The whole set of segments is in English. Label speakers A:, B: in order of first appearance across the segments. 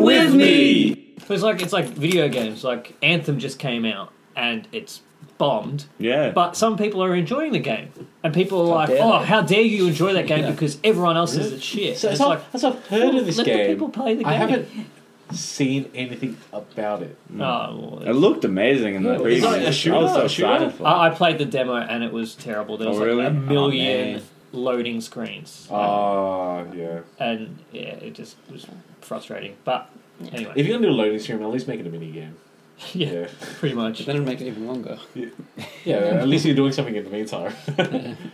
A: with
B: me.
A: But it's like it's like video games. Like Anthem just came out and it's bombed.
B: Yeah.
A: But some people are enjoying the game, and people are like,
C: dare
A: "Oh,
C: they?"
A: how dare you enjoy that game
C: Yeah.
A: because everyone else says it's shit."
C: So
A: And
C: as,
A: it's like
C: I've, as I've heard of this
A: let the
C: game,
A: people play the game.
C: I haven't seen anything about it.
A: Oh, well,
B: it looked amazing in the
C: Yeah,
B: preview.
C: it's like a
B: I was
C: shooter,
B: so
C: a shooter.
B: excited for it.
A: I, I played the demo and it was terrible. There
B: Oh,
A: was
B: really?
A: like
B: Oh,
A: a million
C: man.
A: loading screens,
C: Ah, yeah.
A: and yeah, it just was frustrating. But anyway,
C: If you're gonna do a loading stream, at least make it a mini game.
A: yeah,
C: Yeah,
A: pretty much.
D: Then it make it even longer.
C: yeah. at least you're doing something in the meantime.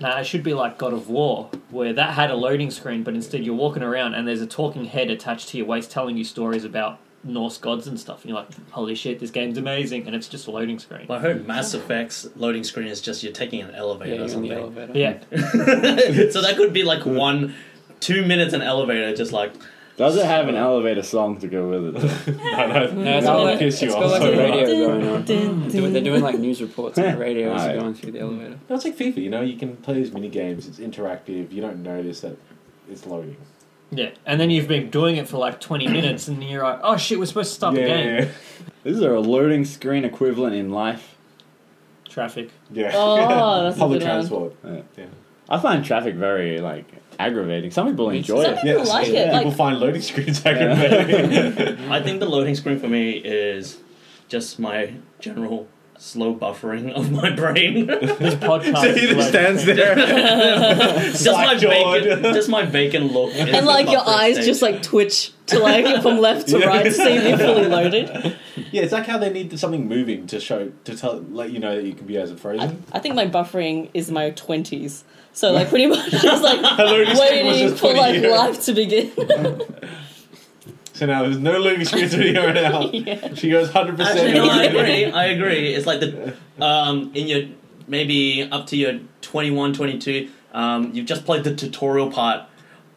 A: Nah, Uh, it should be like God of War, where that had a loading screen, but instead you're walking around and there's a talking head attached to your waist telling you stories about Norse gods and stuff. And you're like, holy shit, this game's amazing, and it's just a loading screen.
E: Well, I hope Mass Effect's loading screen is just you're taking an elevator
D: Yeah,
E: or
D: you're on the
E: something.
D: elevator.
A: Yeah,
E: so that could be like one, two minutes an elevator, just like
B: Does it have an elevator song to go with it? though?
C: I know.
D: No, it's
C: Now
D: got
C: I'll
D: like,
C: piss
D: it's
C: you
D: got
C: off
D: like
C: so
D: a radio
C: much.
D: going on. Do- They're doing like news reports on the radio as
B: Aye.
D: you're going through the elevator.
C: No, it's like FIFA. You know, you can play these mini games. It's interactive. You don't notice that it's loading.
A: yeah. And then you've been doing it for like 20 minutes, and you're like, oh shit, we're supposed to stop the game.
C: yeah,
B: Is there a loading screen equivalent in life?
A: Traffic.
C: yeah.
F: Oh, that's a
C: Public
F: good one.
C: transport.
B: Yeah.
C: Yeah.
B: I find traffic very like aggravating. Some people enjoy
F: Some
B: it.
F: people like it.
B: yeah.
F: Like,
C: People find loading screens aggravating.
E: I think the loading screen for me is just my general slow buffering of my brain.
A: This podcast.
B: He
A: is
B: just
A: like-
B: stands there.
E: just my
C: Slack-jawed.
E: bacon, just my bacon look, is
F: and like
E: the
F: your
E: buffering
F: eyes
E: stage.
F: just like twitch to like from left to
C: Yeah.
F: right to see if you're fully loaded.
C: yeah, it's like how they need something moving to show to tell let you know that you can be as a frozen.
F: I think my buffering is my twenties. So like pretty much just like
C: loading screen was
F: waiting
C: just
F: for
C: 20
F: like
C: years.
F: life to begin.
C: So now there's no loading screens video now.
F: Yeah.
C: She goes hundred
E: Actually, no, I
C: percent.
E: agree. I agree. It's like the um, in your maybe up to your 21, 22, um, you've just played the tutorial part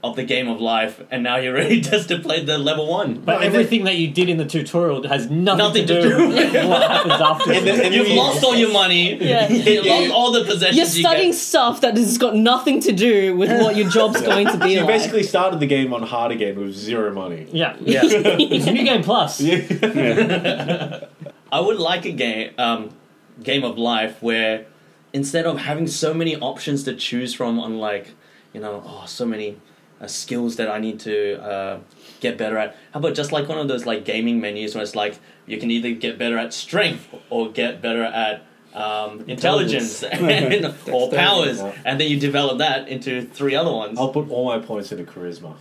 E: of the game of life, and now you're ready just to play the level one.
A: But everything that you did in the tutorial has nothing,
E: Nothing
A: to,
E: to
A: do
E: do
A: with
E: with-
A: what happens afterwards.
E: You've lost all your money.
F: Yeah.
E: You've lost all the possessions.
F: You're
E: you get.
F: studying stuff that has got nothing to do with what your job's going to be
C: You
F: like.
C: basically started the game on hard again with zero money.
A: Yeah.
E: Yeah.
A: It's New Game Plus.
E: I would like a game, um, game of life where instead of having so many options to choose from on like, you know, oh, so many uh, skills that I need to uh, get better at. How about just like one of those like gaming menus where it's like you can either get better at strength or get better at um, intelligence and, or
D: Dexterity.
E: powers,
C: Yeah.
E: and then you develop that into three other ones.
C: I'll put all my points into charisma.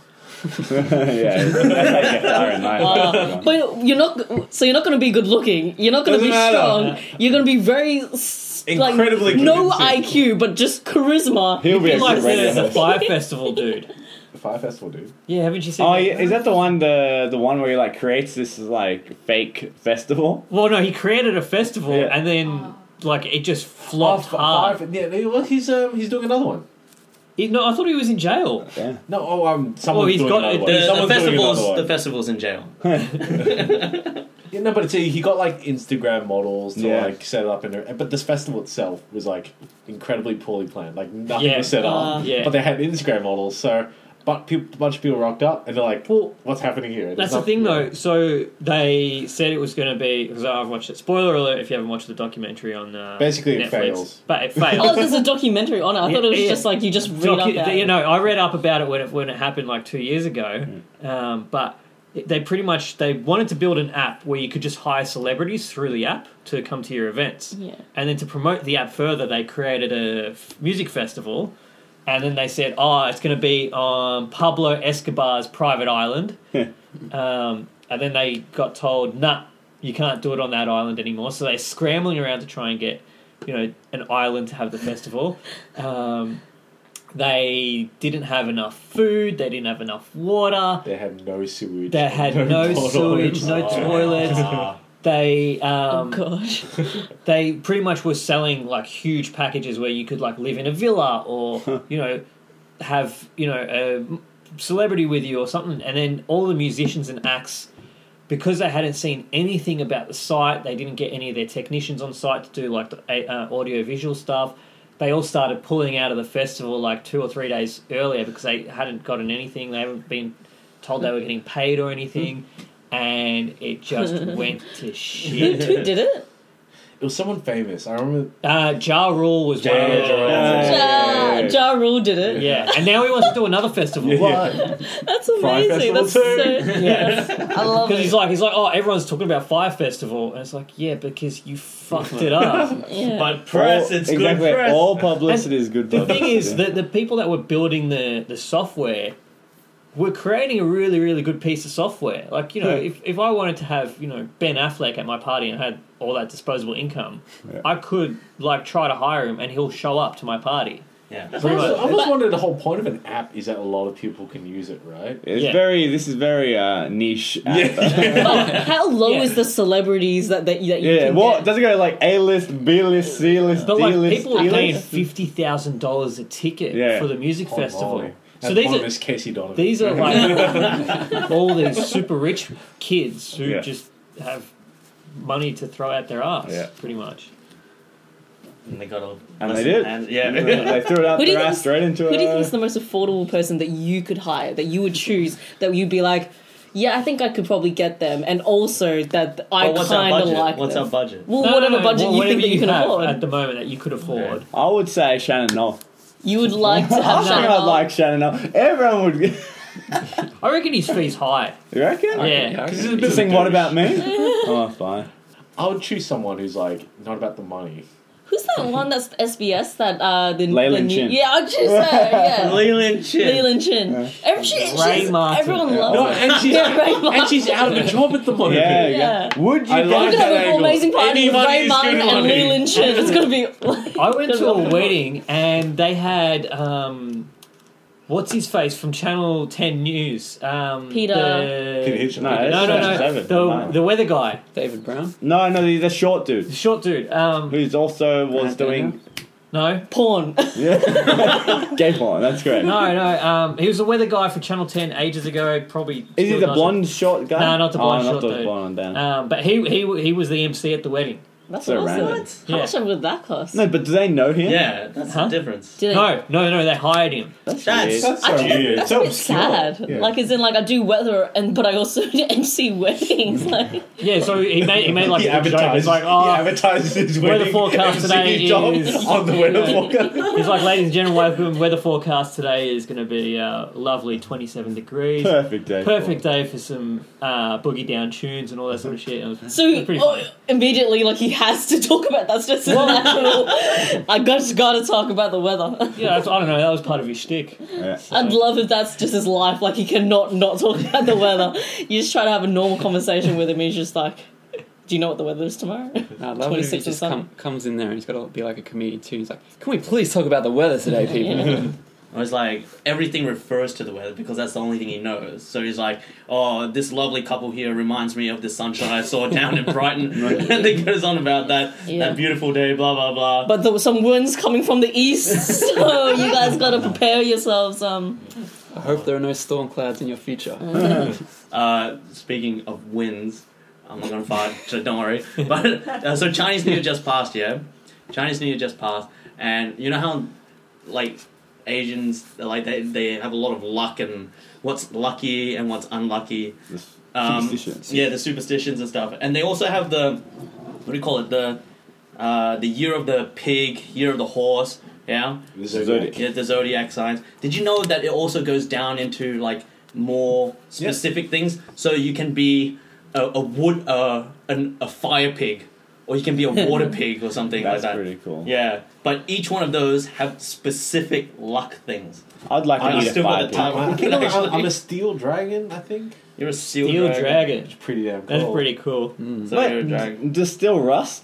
B: yeah, that's how you get far in life.
F: But you're not, so you're not going to be good looking. You're not going to
C: Doesn't
F: be
C: matter.
F: strong. You're going to be very s- like,
C: Incredibly
F: no
C: convincing.
F: IQ, but just charisma.
B: He'll be a
A: Like
B: good radio
A: the, the
B: host.
A: Fire Festival dude.
C: The Fire Festival, dude.
A: Yeah, haven't you seen
B: Oh,
A: that?
B: yeah, is that the one the the one where he like creates this like fake festival?
A: Well, no, he created a festival
B: Yeah.
A: and
F: Oh.
A: then like it just flopped
C: Oh,
A: hard.
C: Fire- yeah, he- well, he's um, he's doing another one.
A: He- no, I thought he was in jail.
B: Yeah.
C: No, oh, um, someone's
A: Oh, he's
C: doing
A: got- the-
C: another one.
E: the, the
C: Someone's doing another
E: festivals,
C: one.
E: the festivals in jail.
C: Yeah, no, but see, he got like Instagram models to
B: Yeah.
C: like set up, and but this festival itself was like incredibly poorly planned. Like nothing
A: Yeah.
C: was set up,
A: Uh, yeah.
C: but they had Instagram models. So, but peop a bunch of people rocked up, and they're like, "Well, what's happening here?"
A: That's the thing, though. So they said it was going to be because I've watched it. Spoiler alert! If you haven't watched the documentary on uh,
C: Basically, it
A: Netflix.
C: fails.
A: but it failed.
F: Oh, there's a documentary on it. I thought it was
A: Yeah, yeah.
F: just like you just read
A: Docu-
F: up about
A: you
F: it.
A: know, I read up about it when it when it happened like two years ago.
C: Mm.
A: Um, but it- they pretty much they wanted to build an app where you could just hire celebrities through the app to come to your events.
F: Yeah.
A: And then to promote the app further, they created a f- music festival. And then they said, "Oh, it's going to be on Pablo Escobar's private island." um, and then they got told, "Nah, you can't do it on that island anymore." So they're scrambling around to try and get, you know, an island to have the festival. Um, they didn't have enough food. They didn't have enough water.
C: They had no sewage.
A: They had no
C: bottles.
A: sewage, no
E: Ah.
A: toilets. They
F: oh
A: um,
F: gosh.
A: they pretty much were selling like huge packages where you could like live in a villa or you know have you know a celebrity with you or something. And then all the musicians and acts. Because they hadn't seen anything about the site, they didn't get any of their technicians on site to do like the uh, audio visual stuff. they all started pulling out of the festival like two or three days earlier because they hadn't gotten anything. They haven't been told they were getting paid or anything, and it just went to
F: Who
A: shit.
F: who did it?
C: It was someone famous. I remember.
A: Uh, ja Rule was one of
B: Ja Rule.
A: them.
F: Ja,
B: Yeah.
F: ja Rule did it.
A: Yeah, and now he wants to do another festival.
C: What?
F: That's
C: Fry Festival
F: amazing. That's
C: too.
F: so. Yes. I love
A: Because
F: it.
A: he's like, he's like, oh, everyone's talking about Fire Festival, and it's like, yeah, because you fucked it up.
F: yeah.
E: But press,
B: All-
E: it's
B: exactly.
E: good press.
B: All publicity is good
A: the
B: publicity.
A: thing is that the people that were building the the software were creating a really really good piece of software. Like you know,
B: Yeah.
A: if if I wanted to have you know Ben Affleck at my party and had all that disposable income,
B: Yeah.
A: I could like try to hire him and he'll show up to my party.
E: yeah.
A: Pretty
C: I
A: much.
C: always wondered the whole point of an app is that a lot of people can use it, right?
B: It's
A: Yeah.
B: very. This is very uh, niche. app.
F: Oh, how low
A: Yeah.
F: is the celebrities that that, that you
B: yeah.
F: can
B: What
F: get?
B: does it go like? A list, B list, C list,
A: But
B: D
A: like
B: list,
A: people are
B: E
A: paying
B: list.
A: fifty thousand dollars a ticket
B: Yeah.
A: for the music
C: Oh,
A: festival.
C: my.
A: So
C: That's
A: these are
C: Boris Casey Donovan.
A: These are like all these super rich kids who
B: Yeah.
A: just have money to throw out their ass,
B: Yeah.
A: pretty much.
E: And they got all.
B: And they did.
E: And,
B: And
E: yeah.
B: they threw it out
F: Who do you
B: their ass
F: think's-
B: straight into
F: Who do you
B: a-
F: think is the most affordable person that you could hire, that you would choose, that you'd be like, yeah, I think I could probably get them, and also that I
E: But what's our
F: kind of
E: budget?
F: like
E: what's
F: them.
E: our budget?
F: well,
A: No, no,
F: whatever
A: no,
F: budget
A: well,
F: you
A: whatever
F: think that you can
A: have Uh,
F: afford,
A: at the moment that you could afford.
B: I would say Shannon Knoll.
F: you would like to
B: I
F: have
B: think I'd
F: Chanel.
B: like Shannon Knoll. Everyone would. you
A: I reckon his fee's high.
B: reckon?
A: yeah,
C: I
A: because
C: could
A: it's a
C: be
A: bit
B: Just
A: of a
B: think, what about me? oh, fine.
C: I would choose someone who's like not about the money.
F: Who's
C: Mm-hmm.
F: that one that's SBS that uh the
B: Leland
F: the new-
B: Chin.
F: Yeah, I'd choose her. Yeah,
E: Leland Chin.
F: Leland Chin.
B: Yeah.
F: Every, she,
A: Ray
F: she's,
A: Martin.
F: everyone
B: Yeah.
F: loves
C: No,
F: her.
C: and she's,
F: Yeah, Ray
C: and she's out of a job at the moment.
B: Yeah,
F: Yeah.
B: yeah. Would you
C: I
B: get
C: like
F: We're gonna
C: that
F: have an
C: angle.
F: amazing party with
C: Anybody
F: Ray
C: who's
F: Martin
C: good
F: and
C: money.
F: Leland Chin. It's gonna be. Like,
A: I went to a
F: gonna-
A: wedding and they had um, what's his face from Channel Ten News. Um,
F: Peter-
A: the-
C: Peter Hitchens.
B: No, that's
A: no, no, no.
B: Seven.
A: The,
B: Mine.
A: the weather guy,
D: David Brown.
B: No, no, the, the short
A: the
B: dude
A: short dude. Um,
B: who's also was
D: I don't
B: doing
A: no,
F: Porn.
B: yeah, gay porn. That's great.
A: no, no. Um, he was the weather guy for Channel Ten ages ago. Probably
B: Is he
A: still
B: the
A: does it.
B: blonde short guy?
A: No, not the
B: Oh,
A: blonde short
B: not the
A: dude.
B: blonde one down.
A: Um, but he he he was the MC at the wedding.
F: That's
B: So
F: awesome.
B: random.
F: How
A: Yeah.
F: much would that cost?
B: no, but do they know him?
E: Yeah, that's
A: Huh?
E: the difference.
F: Do they-
A: No, no, no. They hired him.
B: that's, weird.
E: That's-
C: so
F: I think
C: weird.
F: that's
C: so
F: a bit
C: obscure.
F: sad.
C: Yeah.
F: Like, as in, like, I do weather, and but I also do MC
B: Mm.
F: weddings. Like,
A: Yeah, so he made he made like
C: he
A: a good joke. He's
C: advertises,
A: like,
C: he
A: oh,
C: advertises his
A: weather
C: wedding
A: forecast
C: MC
A: today
C: job
A: is-
C: on the weather forecast.
A: he's like, ladies and gentlemen, welcome. Weather forecast today is going to be uh, lovely, twenty seven degrees.
B: perfect day.
A: Perfect day for some uh, boogie down tunes and all that sort of shit. It was, it was
F: so
A: pretty
F: oh,
A: funny.
F: immediately, like, he has to talk about that's just a
A: Well-
F: natural. I just gotta talk about the weather.
A: Yeah, that's, I don't know. That was part of his shtick.
B: Yeah.
F: I'd love if that's just his life. Like, he cannot not talk about the weather. You just try to have a normal conversation with him. He's just like, "Do you know what the weather is tomorrow?"
D: No, I uh, love it if he
F: 26 or
D: just
F: something.
D: come, comes in there and he's got to be like a comedian too. He's like, can we please talk about the weather today, people?
E: I was like, everything refers to the weather because that's the only thing he knows. So he's like, oh, this lovely couple here reminds me of the sunshine I saw down in Brighton. and he goes on about that,
F: Yeah.
E: that beautiful day, blah, blah, blah.
F: But there were some winds coming from the east, so you guys gotta prepare yourselves. Um,
D: I hope there are no storm clouds in your future.
E: Uh, speaking of winds, I'm not gonna fight, so don't worry. But uh, so Chinese New Year just passed, yeah. Chinese New Year just passed, and you know how like Asians like they they have a lot of luck and what's lucky and what's unlucky.
B: This-
E: Um,
B: Superstitions.
E: Yeah, the superstitions and stuff, and they also have the what do you call it the uh, the year of the pig, year of the horse. Yeah,
C: This
B: is
C: is
B: Zodiac.
E: yeah, the zodiac signs. Did you know that it also goes down into like more specific things? So you can be a, a wood, uh, an, a fire pig, or you can be a water pig or something
B: That's
E: like that.
B: pretty cool.
E: Yeah, but each one of those have specific luck things.
B: I'd like to
E: I
B: eat
E: still
B: a
E: got
B: fire
E: the
B: pig.
E: time.
C: I think I'm, a- I'm a steel dragon. I think
E: You're a seal,
A: Steel
E: dragon.
A: Dragon.
C: it's pretty damn cool.
A: That's pretty cool.
E: So you're a
B: Wait,
E: dragon.
B: d- does still rust?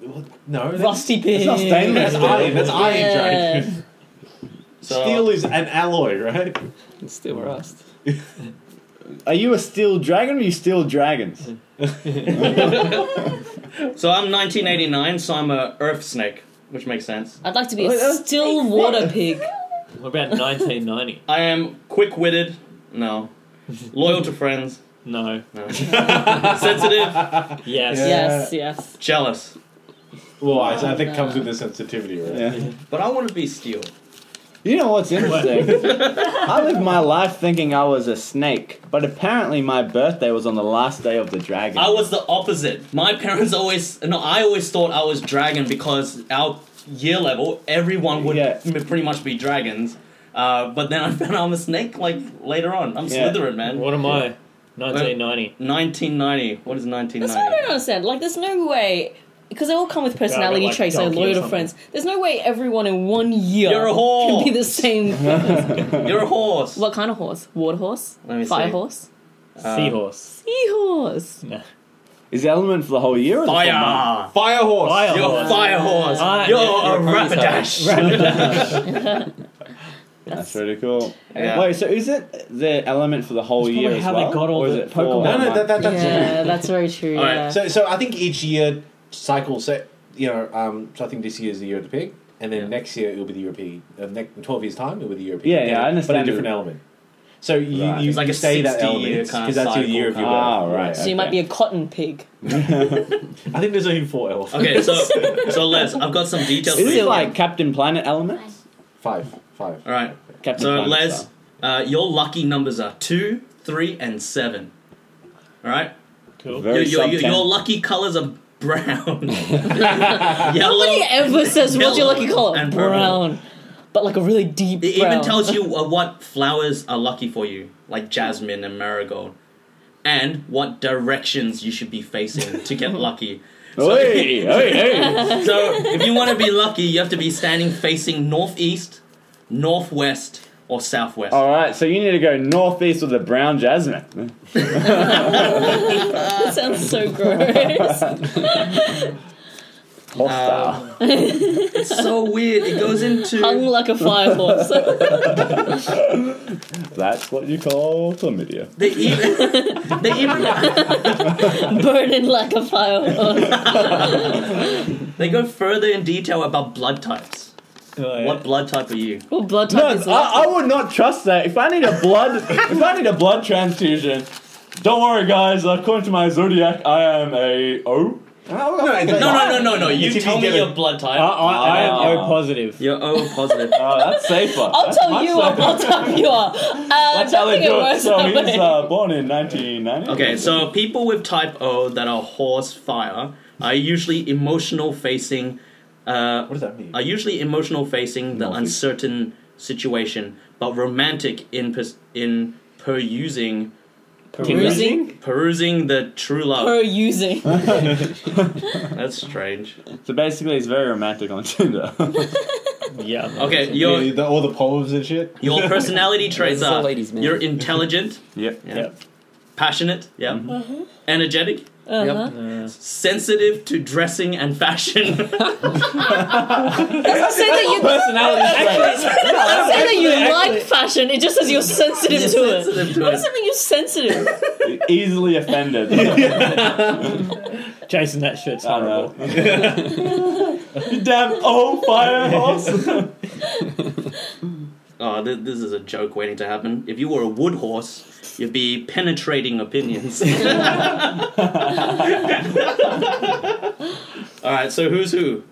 C: Well, no, that's,
F: rusty pig.
B: It's not stainless
C: that's
B: steel.
C: iron. That's iron
F: Yeah.
C: dragon.
E: So-
C: Steel is an alloy, right?
D: It's still rust.
B: Are you a steel dragon or are you steel dragons?
E: So I'm 1989, so I'm a earth snake, which makes sense.
F: I'd like to be
B: Oh,
F: a
B: that's
F: still water pig.
A: What about 1990?
E: I am quick witted. No. Loyal to friends.
A: No.
E: No. Sensitive.
A: Yes.
C: Yeah.
F: Yes, yes.
E: Jealous.
C: Well, I, I think
F: Oh,
C: it comes
F: no.
C: with the sensitivity, right?
B: Yeah.
E: But I want to be steel.
B: You know what's interesting? I lived my life thinking I was a snake, but apparently my birthday was on the last day of the dragon.
E: I was the opposite. My parents always no. I always thought I was dragon because our year level, everyone would
B: Yeah.
E: m- pretty much be dragons. Uh, but then I found out I'm a snake. Like later on, I'm
B: Yeah.
E: Slytherin, man.
A: What am I? 1990.
E: 1990. What is
F: That's what I don't
E: 1990?
F: understand. Like, there's no way because they all come with personality
A: like
F: traits. Like,
A: donkey or
F: load of
A: something.
F: friends. There's no way everyone in one year
E: You're a whore.
F: can be the same.
E: You're a horse.
F: what kind of horse? Water horse?
E: Let me
F: Fire
E: see.
F: horse?
D: um,
E: Uh,
A: Seahorse.
F: Seahorse.
A: No.
B: Is the element for the whole year? Or the full month?
E: Fire.
C: Fire horse.
A: Fire
E: You're a
A: horse.
E: fire horse.
A: Ah,
E: You're
A: yeah,
E: a
D: you're a
E: rapidash.
B: That's really cool.
E: Yeah.
B: Wait, so is it the element for the whole
A: That's probably
B: year as
A: how they
B: well?
A: got all
B: or is
A: the
B: it for-
A: Pokemon.
C: No, no, that, that, that's
F: Yeah, that's very true.
E: All right,
F: yeah.
C: So, so I think each year cycle set. You know, um, so I think this year is the year of the pig, and then
E: Yeah.
C: next year it'll be the European. Uh, next, in twelve years' time, it'll be the European.
B: Yeah, yeah, I
C: But a
B: understand.
C: different element. So you,
B: Right.
C: you,
E: It's like
C: you
E: a
C: say that
E: 60-year
C: element
E: kind
C: because
E: of
C: that's your year of
E: cycle
C: your
E: kind
B: of-
C: birth.
B: Ah, right.
F: so you might be a cotton pig.
C: I think there's only four elves.
E: Okay, so so Les, I've got some details. for
B: Is
E: you.
B: it like Captain Planet element?
C: Five, five.
E: All right.
B: Captain
E: So
B: Planet
E: Les,
B: style.
E: uh, your lucky numbers are two, three, and seven. All right.
A: Cool.
B: Very
E: your, your, your,
B: sub-ten.
E: your lucky colors are brown,
F: Nobody
E: yellow.
F: ever says what's your lucky
E: Yellow
F: color?
E: and purple.
F: brown. But like a really deep
E: It
F: brown.
E: even tells you uh, what flowers are lucky for you, like jasmine and marigold, and what directions you should be facing to get lucky. So,
B: Hey, hey, hey!
E: so if you want to be lucky, you have to be standing facing northeast, northwest, or southwest.
C: Oh.
B: All right, so you need to go northeast with the brown jasmine.
F: That sounds so gross.
B: Hostile.
E: Uh, It's so weird. It goes into
F: Hung like a fire horse.
B: That's what you call chlamydia.
E: They even they even
F: Burning like a fire horse.
E: they go further in detail about blood types.
A: Oh, yeah.
E: What blood type are you?
F: Well, blood
B: No,
F: type is
B: I, I would not trust that. If I need a blood, if I need a blood transfusion, don't worry, guys. According to my zodiac, I am a O.
C: No,
E: No,
C: it's
E: no, no, no, no.
C: If
E: You
C: you
E: tell
C: can
E: me
C: get
E: your
C: a-
E: blood
A: I,
E: type.
A: I, I am
B: Ah.
A: O positive.
E: You're O positive.
B: Oh, that's safer.
F: I'll
B: That's
F: tell
B: much
F: you what
B: safer.
F: blood type you are. Uh,
B: That's how
F: don't
B: they
F: think it
B: do it.
F: works
B: So
F: that
B: he's
F: way.
B: uh, born in 1990.
E: Okay, so people with type O that are horse fire are usually emotional facing. Uh,
C: What does that mean?
E: are usually emotional facing the uncertain situation, but romantic in pers- in perusing
F: Perusing?
E: perusing the true love.
F: Per using.
E: That's strange.
B: So basically, he's very romantic on Tinder.
A: Yeah.
E: Okay,
C: Yeah,
E: your
C: the, all the poems and shit.
E: Your personality traits
D: It's all
E: are
D: ladies, man.
E: you're intelligent,
B: yep.
E: yeah,
A: Yep.
E: passionate, yeah, energetic,
F: Uh-huh.
E: sensitive to dressing and fashion.
F: Doesn't say that you
B: Personality trait.
F: doesn't say that you like fashion. It just says you're sensitive to it.
E: sensitive to
F: What does
E: it.
F: it mean you're sensitive?
B: Easily offended. I
A: Jason, that shit's
D: Uh,
B: know.
A: horrible.
B: You damn old fire horse.
E: Oh, th- this is a joke waiting to happen. If you were a wood horse, you'd be penetrating opinions. All right, so who's who?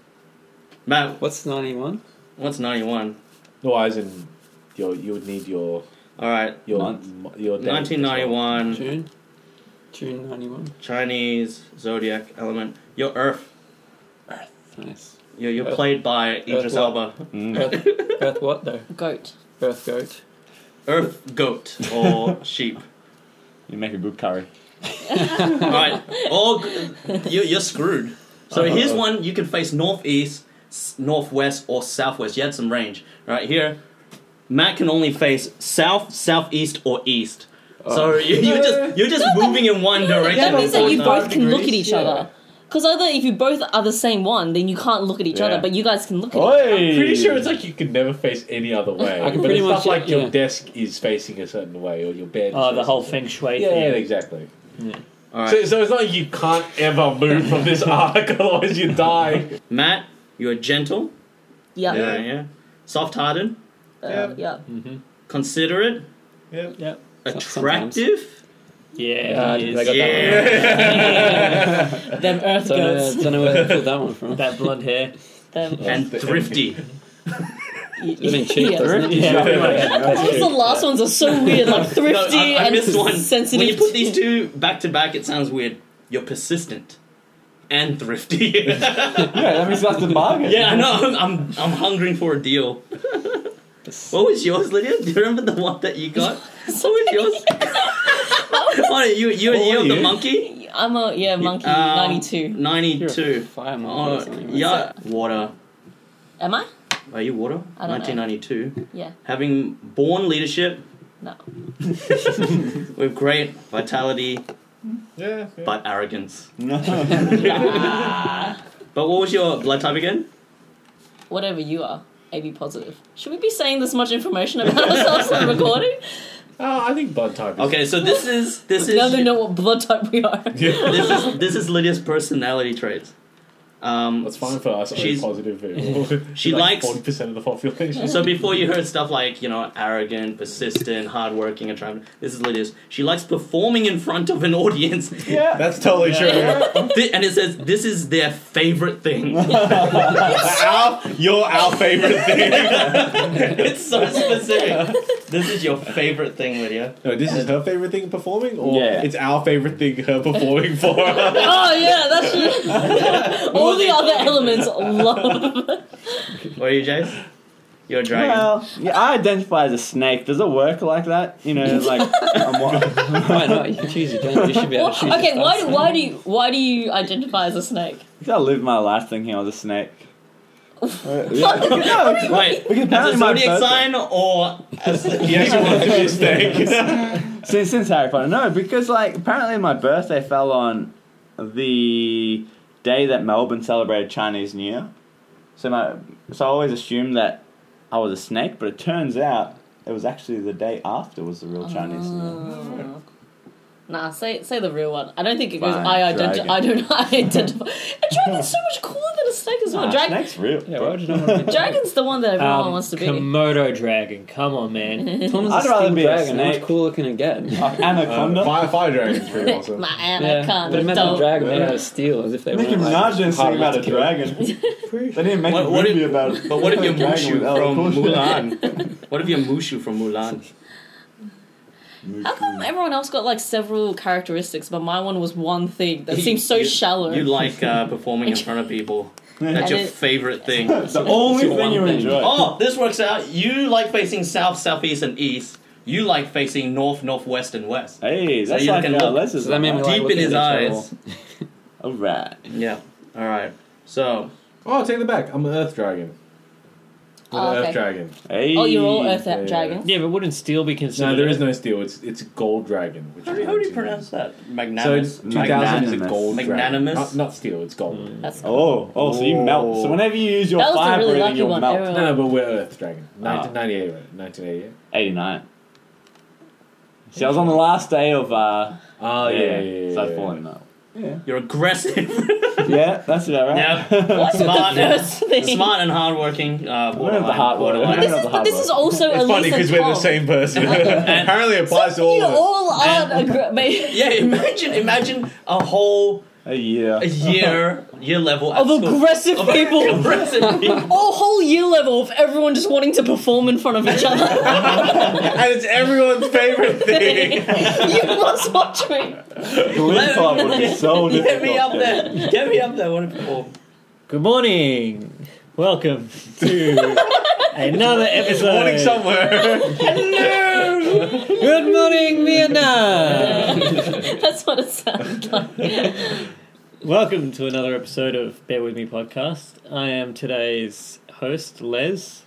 E: Matt,
D: What's 91?
E: what's ninety-one?
C: No, as in, your you would need your
E: All right,
C: your
B: Month.
C: m- your day.
E: nineteen ninety-one
D: June? June 91.
E: Chinese zodiac element. You're Earth.
D: Nice.
E: You're, you're
D: Earth-
E: played by Idris
D: what?
E: Elba.
D: Earth, Earth what though?
F: Goat.
D: Earth goat.
E: Earth goat or sheep.
B: You make a good curry.
E: All right, all g- you, you're screwed. So here's one you can face northeast, s- northwest, or southwest. You had some range right here. Matt can only face south, southeast, or east. So you, you're just you're just moving in one direction.
F: That means that you
E: all the
F: both can look at each other. Because either if you both are the same one, then you can't look at each other,
B: Yeah.
F: but you guys can look at each
B: Oi!
C: Pretty sure it's like you can never face any other way.
D: I can
C: but
D: pretty
C: it's
D: much-
C: stuff like your
D: yeah.
C: desk is facing a certain way or your bed. is
A: Oh, the
C: facing-
A: whole feng shui
C: Yeah, yeah,
A: thing.
C: exactly.
E: All right,
C: So, so it's not like you can't ever move from this arc, otherwise you die.
E: Matt, you're gentle.
F: Yeah.
E: Yeah, yeah. Soft-hearted,
F: Uh, yeah.
E: considerate,
A: Yep.
D: Sometimes.
E: attractive,
A: Yeah,
D: Uh,
A: he
D: they
A: is.
D: got
F: Them earth
D: Don't know,
F: goats.
D: don't know where they pulled that one from.
A: that blonde hair.
F: Them.
E: and thrifty.
D: I mean, cheap,
F: Yeah.
D: doesn't it?
A: Yeah, pretty much.
F: Those the last ones are so weird, like thrifty
E: No, I, I
F: and
E: missed one.
F: sensitive.
E: When you put these two back to back, it sounds weird. You're persistent and thrifty.
B: Yeah, that means that's the bargain.
E: yeah, I know. I'm, I'm I'm hungering for a deal. What was yours, Lydia? Do you remember the one that you got? What was yours? oh, you you
B: What
E: you
B: were
E: the
B: you?
E: monkey?
F: I'm a yeah monkey
E: Um,
F: ninety two.
D: You're a
E: 92.
D: fireman or
E: Oh,
D: something.
E: yeah. Water.
F: Am I?
E: Are you water?
F: I don't know.
E: 1992.
F: Yeah.
E: Having born leadership
F: No.
E: with great vitality
B: Yeah. yeah.
E: but arrogance.
B: No.
E: But what was your blood type again?
F: Whatever you are, AB positive. Should we be saying this much information about ourselves on recording?
C: Oh, I think blood type. Is
E: Okay, so this is this is
F: Now they know what blood type we are.
E: this is this is Lydia's personality traits. Um,
C: That's fine for us.
E: She's-
C: She's positive people.
E: she likes-
C: forty percent of the population.
E: so before you heard stuff like you know arrogant, persistent, hardworking, attractive. This is Lydia's. She likes performing in front of an audience,
B: yeah.
C: That's totally
E: Thi- and it says this is their favorite thing.
C: our, you're our favorite thing.
E: it's so specific. This is your favorite thing, Lydia.
C: No, this is her favorite thing performing, or
B: Yeah.
C: it's our favorite thing her performing for us.
F: Oh yeah, that's all the other elements. Love.
E: What are you, Jace? You're a dragon.
B: Well, yeah, I identify as a snake. Does it work like that? You know, like I'm one.
D: Why not? You can choose your game. You should be able to choose.
F: okay,
D: your
F: why do
D: stuff.
F: why do you why do you identify as a snake?
B: I lived my life thinking I was a snake.
F: Fuck.
B: No, it's-
E: Wait,
B: because
E: as a
B: apparently my
E: zodiac
B: birthday-
E: sign or as
C: He actually wants to be a snake.
B: since since Harry Potter. No, because like apparently my birthday fell on the day that Melbourne celebrated Chinese New Year. So my so I always assumed that I was a snake, but it turns out it was actually the day after was the real Chinese New Year.
F: Oh. Nah, say say the real one. I don't think it goes.
B: Fine,
F: I identify.
B: dragon.
F: I don't. I identify. A dragon's so much cooler than a snake as well.
B: Nah,
F: Dragon.
B: snake's real.
D: Yeah,
B: bro.
D: why would you not want to be
F: Dragon's the one that everyone
A: Um,
F: wants to be.
A: Komodo dragon. Come on, man.
D: Tom's
B: I'd
D: a
B: rather
D: steel
B: be a
D: dragon. How much
B: snake.
F: eh?
D: cooler can it Uh, get? Yeah.
B: Like Anaconda.
C: fire, fire dragon's pretty awesome.
F: My
D: But
F: anaconda.
D: imagine a
F: Don't.
D: dragon made out of steel as if they
B: Nicki
D: were like,
B: Minaj didn't sing
D: hard
B: about a
D: to kill.
B: dragon. they didn't make
E: What-
B: a
E: what
B: movie
E: if-
B: about it.
E: But what if you're
B: Dragon
E: Mushu
B: without a
E: from
B: caution.
E: Mulan? What if you're Mushu from Mulan?
F: How come everyone else got like several characteristics, but my one was one thing that
E: You-
F: seems so
E: you-
F: shallow?
E: You like uh, performing in front of people. That's
F: And
E: your
F: it-
E: favorite thing.
B: the only
D: It's your
B: thing
D: one
B: you
D: thing.
B: enjoy.
E: Oh, this works out. You like facing south, southeast, and east. You like facing north, northwest, and west.
B: Hey, that's
E: you
B: like uh,
E: can
B: how
E: look-
B: Les is.
D: So that made me like
E: Deep in
D: looking
E: his
D: at each
E: eyes.
D: other.
B: All right.
E: Yeah. All right. So
C: Oh, take it back. I'm an earth dragon. I'm
F: Oh,
C: an
F: okay.
C: earth dragon.
B: Hey.
F: oh, you're all earth
C: Yeah.
F: dragons.
A: yeah, but wouldn't steel be considered?
C: No, there is no steel. It's it's gold dragon. Which
E: how do you,
C: is
E: how do you
C: magnanimous.
E: pronounce that?
C: So
E: Magnanimous.
C: it's 2000 is a
B: Magnanimous.
C: gold
E: Magnanimous?
C: dragon. Not, not steel. It's gold.
F: That's
B: Oh, oh, so you melt. So whenever you use your
F: That was a
B: fire
F: really
B: breathing,
F: lucky
B: you'll
F: one.
B: melt.
F: Everyone-
C: No, no, but we're earth dragon.
B: Ah.
C: 1998, right? 1988.
B: 89. See, I was on the last day of, uh,
C: Oh, yeah, yeah,
B: so I'd
C: yeah,
B: fallen out. Yeah.
E: You're aggressive.
B: yeah, that's about right.
E: yeah.
F: what's the
E: Smart.
F: first thing?
E: Smart and hardworking. Uh,
B: We're not the hard one.
E: borderline.
B: We're
F: This
B: not
F: is,
B: the
F: but
B: hard
F: this is also
C: It's
F: Elise
C: funny because
F: and
C: we're the
F: Tom.
C: same person. Apparently, it applies to all
F: You
C: of us.
F: all are aggra- ma-
E: Yeah, imagine imagine a whole
B: one. Yeah.
E: a year year level at
F: of
E: school.
F: aggressive
E: Of
F: people.
E: aggressive people.
F: A whole year level of everyone just wanting to perform in front of each other.
C: and it's everyone's favorite thing.
F: you must watch me.
B: Glee Club would be so difficult.
E: Get me up there. Get me up there. What if, oh,
A: Good morning. Welcome to another episode.
C: Morning somewhere.
A: Good morning, Vietnam.
F: That's what it sounds like.
A: Welcome to another episode of Bear With Me podcast. I am today's host, Les.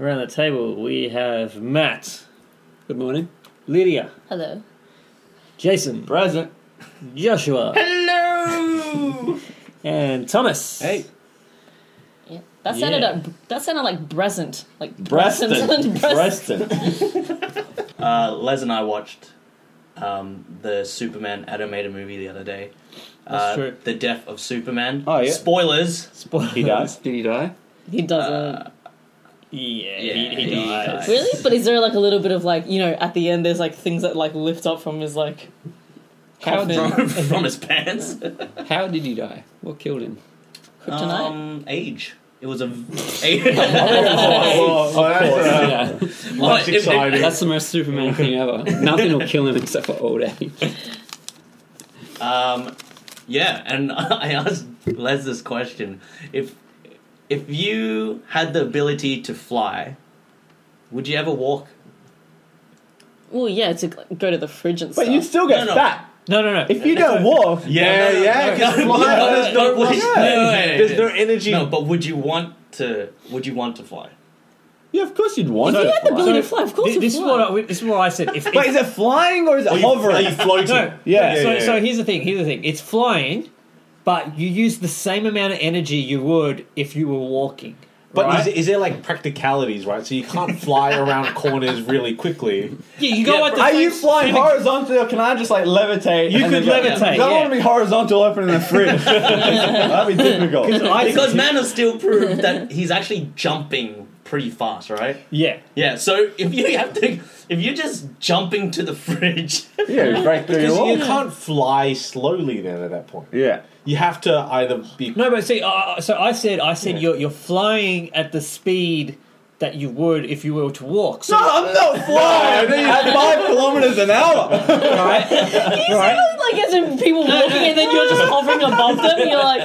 A: Around the table, we have Matt,
D: Good morning.
A: Lydia,
F: Hello.
A: Jason,
B: Present.
A: Joshua,
E: Hello.
A: and Thomas.
C: Hey.
F: Yeah. That sounded
A: Yeah.
F: like that sounded like Bresent. Like
B: Preston.
F: Bresent. Bresent.
B: Preston.
E: Uh, Les and I watched um, the Superman animated movie the other day.
A: That's
E: uh,
A: true.
E: The death of Superman.
B: Oh, yeah.
E: Spoilers.
A: Spoiler.
B: He does.
D: Did he die?
F: He uh, doesn't.
A: Yeah,
E: Yeah,
A: he, he
E: he
A: dies.
F: Uh,
E: dies.
F: Really? But is there like a little bit of like you know at the end there's like things that like lift up from his like
D: How did,
E: from, from his pants.
D: how did he die? What killed him?
F: Kryptonite?
E: Um, age. It was a.
A: Oh,
D: Yeah.
E: Well, if- if-
D: That's the most Superman thing ever. Nothing will kill him except for old age.
E: Um, yeah, and I asked Les this question: if if you had the ability to fly, would you ever walk?
F: Well, yeah, to go to the fridge and
B: But
F: stuff.
B: you still get
E: No, no.
B: fat.
A: No, no, no.
B: If you don't walk,
C: Yeah,
E: No, no, no,
C: yeah.
E: no,
C: 'cause
E: no,
C: fly-
E: no, there's no way.
B: yeah.
E: No way.
C: There's no energy.
E: No, but would you want to? Would you want to fly?
B: yeah, of course you'd want
F: if
B: to.
F: you had the
B: fly.
F: ability to fly, of course
A: Thi-
F: you'd
A: this, is
F: fly.
A: what I, this is what I said. If, if,
B: But is it flying or is it
C: Are you,
B: hovering?
C: are you floating?
A: no,
B: Yeah.
A: so,
C: yeah,
A: so
C: yeah.
A: here's the thing. Here's the thing. It's flying, but you use the same amount of energy you would if you were walking.
C: But
A: right?
C: is, is there like practicalities, right? So you can't fly around corners really quickly.
A: yeah, you go
E: Yeah,
A: at the
B: Are
A: same
B: you flying
A: speed-
B: horizontally or can I just like levitate?
A: You
B: and
A: could
B: then go-
A: levitate,
B: I don't
A: yeah.
B: want to be horizontal opening the fridge. That'd be difficult.
A: I
E: Because
A: think-
E: Man of Steel proved that he's actually jumping pretty fast, right?
A: Yeah.
E: Yeah. So if you have to, if you're just jumping to the fridge,
B: Yeah, you break through your
C: Because
B: wall.
C: you can't fly slowly then at that point.
B: Yeah.
C: You have to either be.
A: No, but see, uh, so I said, I said you're you're flying at the speed that you would if you were to walk. So,
B: No, I'm not flying at five kilometers an hour.
A: right?
F: Like as in people walking and then you're just hovering above them and you're like,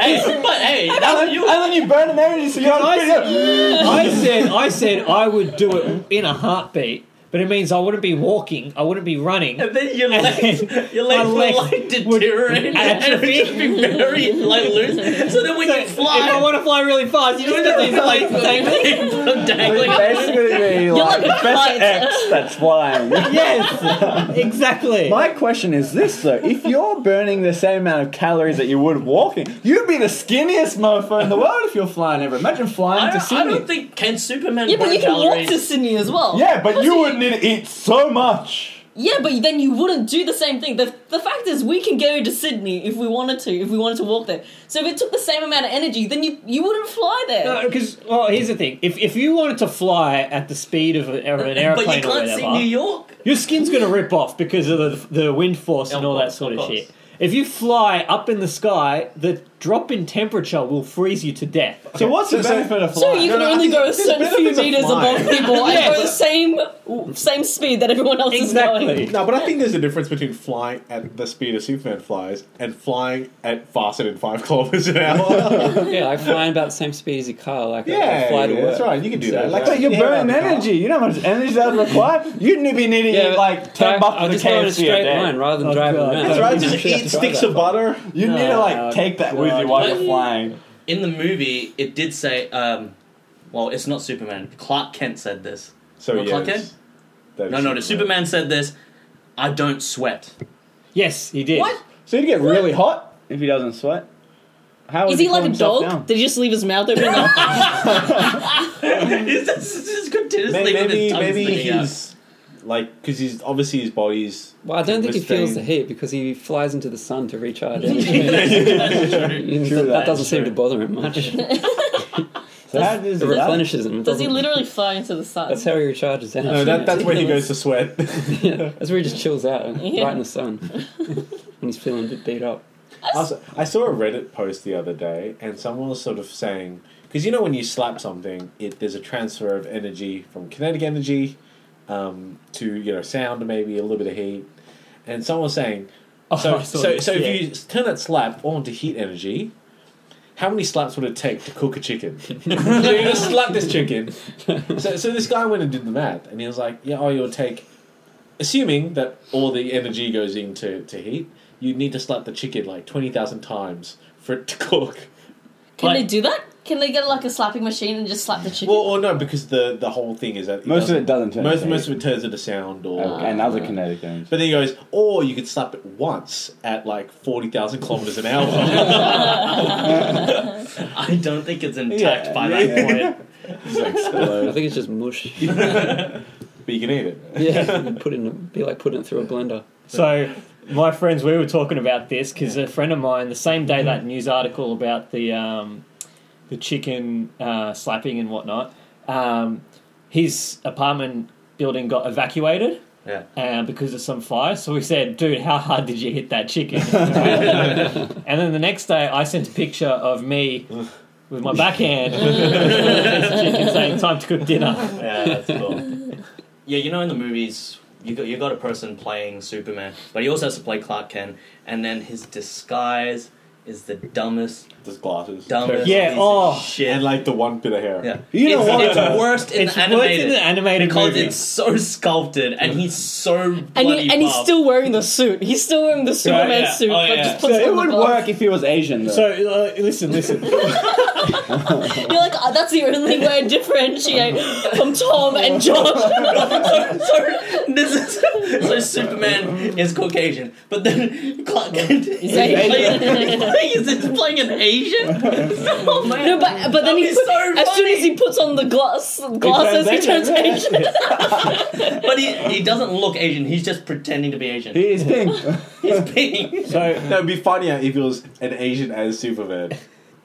E: hey, but hey, that's
B: And then, and then you burn an energy, so you're on video.
A: I said, I said, I would do it in a heartbeat, but it means I wouldn't be walking, I wouldn't be running.
E: And then your legs, your
A: My
E: legs,
A: legs
E: will like deteriorate and it'll just be very like loose. So then when you
A: If I
E: fly,
A: want to fly really fast, you
E: you
A: just
E: know
A: got
E: these
A: these
E: like
A: legs dangling.
E: dangling.
B: It'd
E: dangling.
B: basically be like
F: like a
B: Professor
F: kite.
B: X that's flying.
A: Yes, exactly.
B: My question is this though: If you're burning the same amount of calories that you would walking, you'd be the skinniest mofo in the world if you're flying ever. Imagine flying
E: I
B: to
E: don't, I
B: Sydney.
E: don't think can Superman
F: yeah,
E: burn
F: but you can
E: calories.
F: walk to Sydney as well.
B: yeah, but you would need to eat so much.
F: Yeah, but then you wouldn't do the same thing. The, the fact is, we can go to Sydney if we wanted to, if we wanted to walk there. So if it took the same amount of energy, then you, you wouldn't fly there.
A: Because well, here's the thing: if if you wanted to fly at the speed of, a, of an airplane
E: but
A: or
E: you can't
A: whatever,
E: see New York.
A: your skin's going to rip off because of the, the wind force and
E: Of
A: all that
E: course,
A: sort
E: of
A: of
E: course.
A: shit. If you fly up in the sky, the drop in temperature will freeze you to death.
B: So what's the
C: So- so-
B: benefit of
F: So
B: flying?
F: you
C: No,
F: can
C: no, I
F: only
C: think
F: go a
C: there's
F: certain few
C: benefits of
F: meters
C: flying.
F: above people
A: Yeah,
F: and go
A: but-
F: the same same speed that everyone else is going.
A: Exactly.
C: No, but I think there's a difference between flying at the speed of Superman flies and flying at faster than five kilometers an hour.
D: Yeah, like flying about the same speed as a car. Like, I- I
C: yeah,
D: fly to
C: yeah,
D: work.
C: that's right. You can do
D: So,
C: that. Like,
D: yeah.
B: But you're
C: yeah,
B: burning
C: that'd be
B: energy. You know how much energy that would require? You'd need to be needing to eat like ten
D: drive-
B: bucks
D: I'll
B: of the
D: just go in a
B: KFC a
D: straight
B: day.
D: line rather than
A: Oh,
D: driving
A: God.
D: around.
A: That's
C: right.
D: I'd
C: Just
D: actually have
C: eat
D: to try
C: sticks
D: that.
C: of butter.
B: You need to
A: Oh,
B: like take that with you
A: God.
B: while you're flying.
E: In the movie, it did say, um, well, it's not Superman. Clark Kent said this.
C: So
E: Well, Clark
C: yes, that is
E: No, no, the Superman said this. I don't sweat.
A: Yes, he did.
F: What?
B: So you'd get really hot if he doesn't sweat. How
F: Is
B: would
F: he
B: cool
F: like a
B: himself
F: dog?
B: down?
F: Did he just leave his mouth open? And
E: He's just just continuously
C: Maybe
E: with his
C: maybe,
E: tongue
C: maybe
E: sticking out.
C: he's like because he's obviously his body's.
D: Well, I don't think he feels the
C: restrained.
D: heat because he flies into the sun to recharge energy. that,
B: True that,
D: that doesn't seem
E: true.
D: to bother him much.
B: So how does
D: It
B: that-
D: replenishes him. It
F: does he
D: doesn't-
F: literally fly into the sun?
D: That's how he recharges energy.
C: No, that, that's where he goes to sweat.
D: Yeah, that's where he just chills out,
F: Yeah.
D: right in the sun, when he's feeling a bit beat up.
C: Also, I saw a Reddit post the other day, and someone was sort of saying because you know when you slap something, it there's a transfer of energy from kinetic energy um, to you know sound, maybe a little bit of heat, and someone was saying so
A: Oh, I saw
C: so,
A: this,
C: so
A: yeah.
C: if you s- turn that slap all into heat energy. How many slaps would it take to cook a chicken? so you just slap this chicken. So, so this guy went and did the math, and he was like, "Yeah, oh, you'll take assuming that all the energy goes into to heat, you need to slap the chicken like twenty thousand times for it to cook.
F: Can
A: like-
F: they do that? Can they get like a slapping machine and just slap the chicken?
C: Well, or no, because the the whole thing is that it
B: Most of
C: doesn't-
B: it doesn't turn.
C: most
B: into
C: most
B: heat.
C: of it turns into sound or.
B: Okay, and other kinetic energy.
C: But then he goes, or you could slap it once at like forty thousand kilometers an hour.
E: I don't think it's intact
B: Yeah,
E: by
B: yeah,
E: that point.
C: It's like,
D: I
C: explode.
D: think it's just mush.
C: but you can eat it.
D: Yeah, put it in, be like putting it through a blender.
A: So, my friends, we were talking about this because a friend of mine, the same day that news article about the um, the chicken uh, slapping and whatnot, um, his apartment building got evacuated,
E: Yeah.
A: uh, because of some fire. So we said, dude, how hard did you hit that chicken? and then the next day, I sent a picture of me with my backhand this chicken saying, time to cook dinner.
E: Yeah, that's cool. yeah, you know, in the movies, you got you got a person playing Superman, but he also has to play Clark Kent, and then his disguise is the dumbest,
C: Just glasses.
E: dumbest
A: Yeah,
E: piece
A: oh.
E: of shit.
C: And like the one bit of hair.
E: yeah,
B: You know
E: it's,
B: what?
E: It's worst in
A: It's
E: the
A: worse
E: animated.
A: in the animated
E: because
A: movie.
E: it's so sculpted, and he's so
F: And,
E: bloody
F: he, and he's
E: buff.
F: still wearing the suit. He's still wearing the Superman
A: yeah.
F: suit,
A: Oh,
F: but
A: yeah.
F: just
B: So
F: puts on
B: it
F: the
B: would
F: glove.
B: work if he was Asian, though.
A: So uh, listen, listen.
F: You're like, "Oh, that's the only way I differentiate from Tom and John.
E: so, this is, so Superman is Caucasian, but then Clark Kent is
F: Asian.
E: playing, he's he's playing an Asian. oh man,
F: no, but but then
E: That'd
F: he
E: be
F: put-
E: so
F: as soon as
E: funny.
F: he puts on the glass glasses, he turns Asian.
E: but he, he doesn't look Asian. He's just pretending to be Asian.
B: He is pink.
E: He's being,
A: So,
C: That would be funnier if it was an Asian as Superman.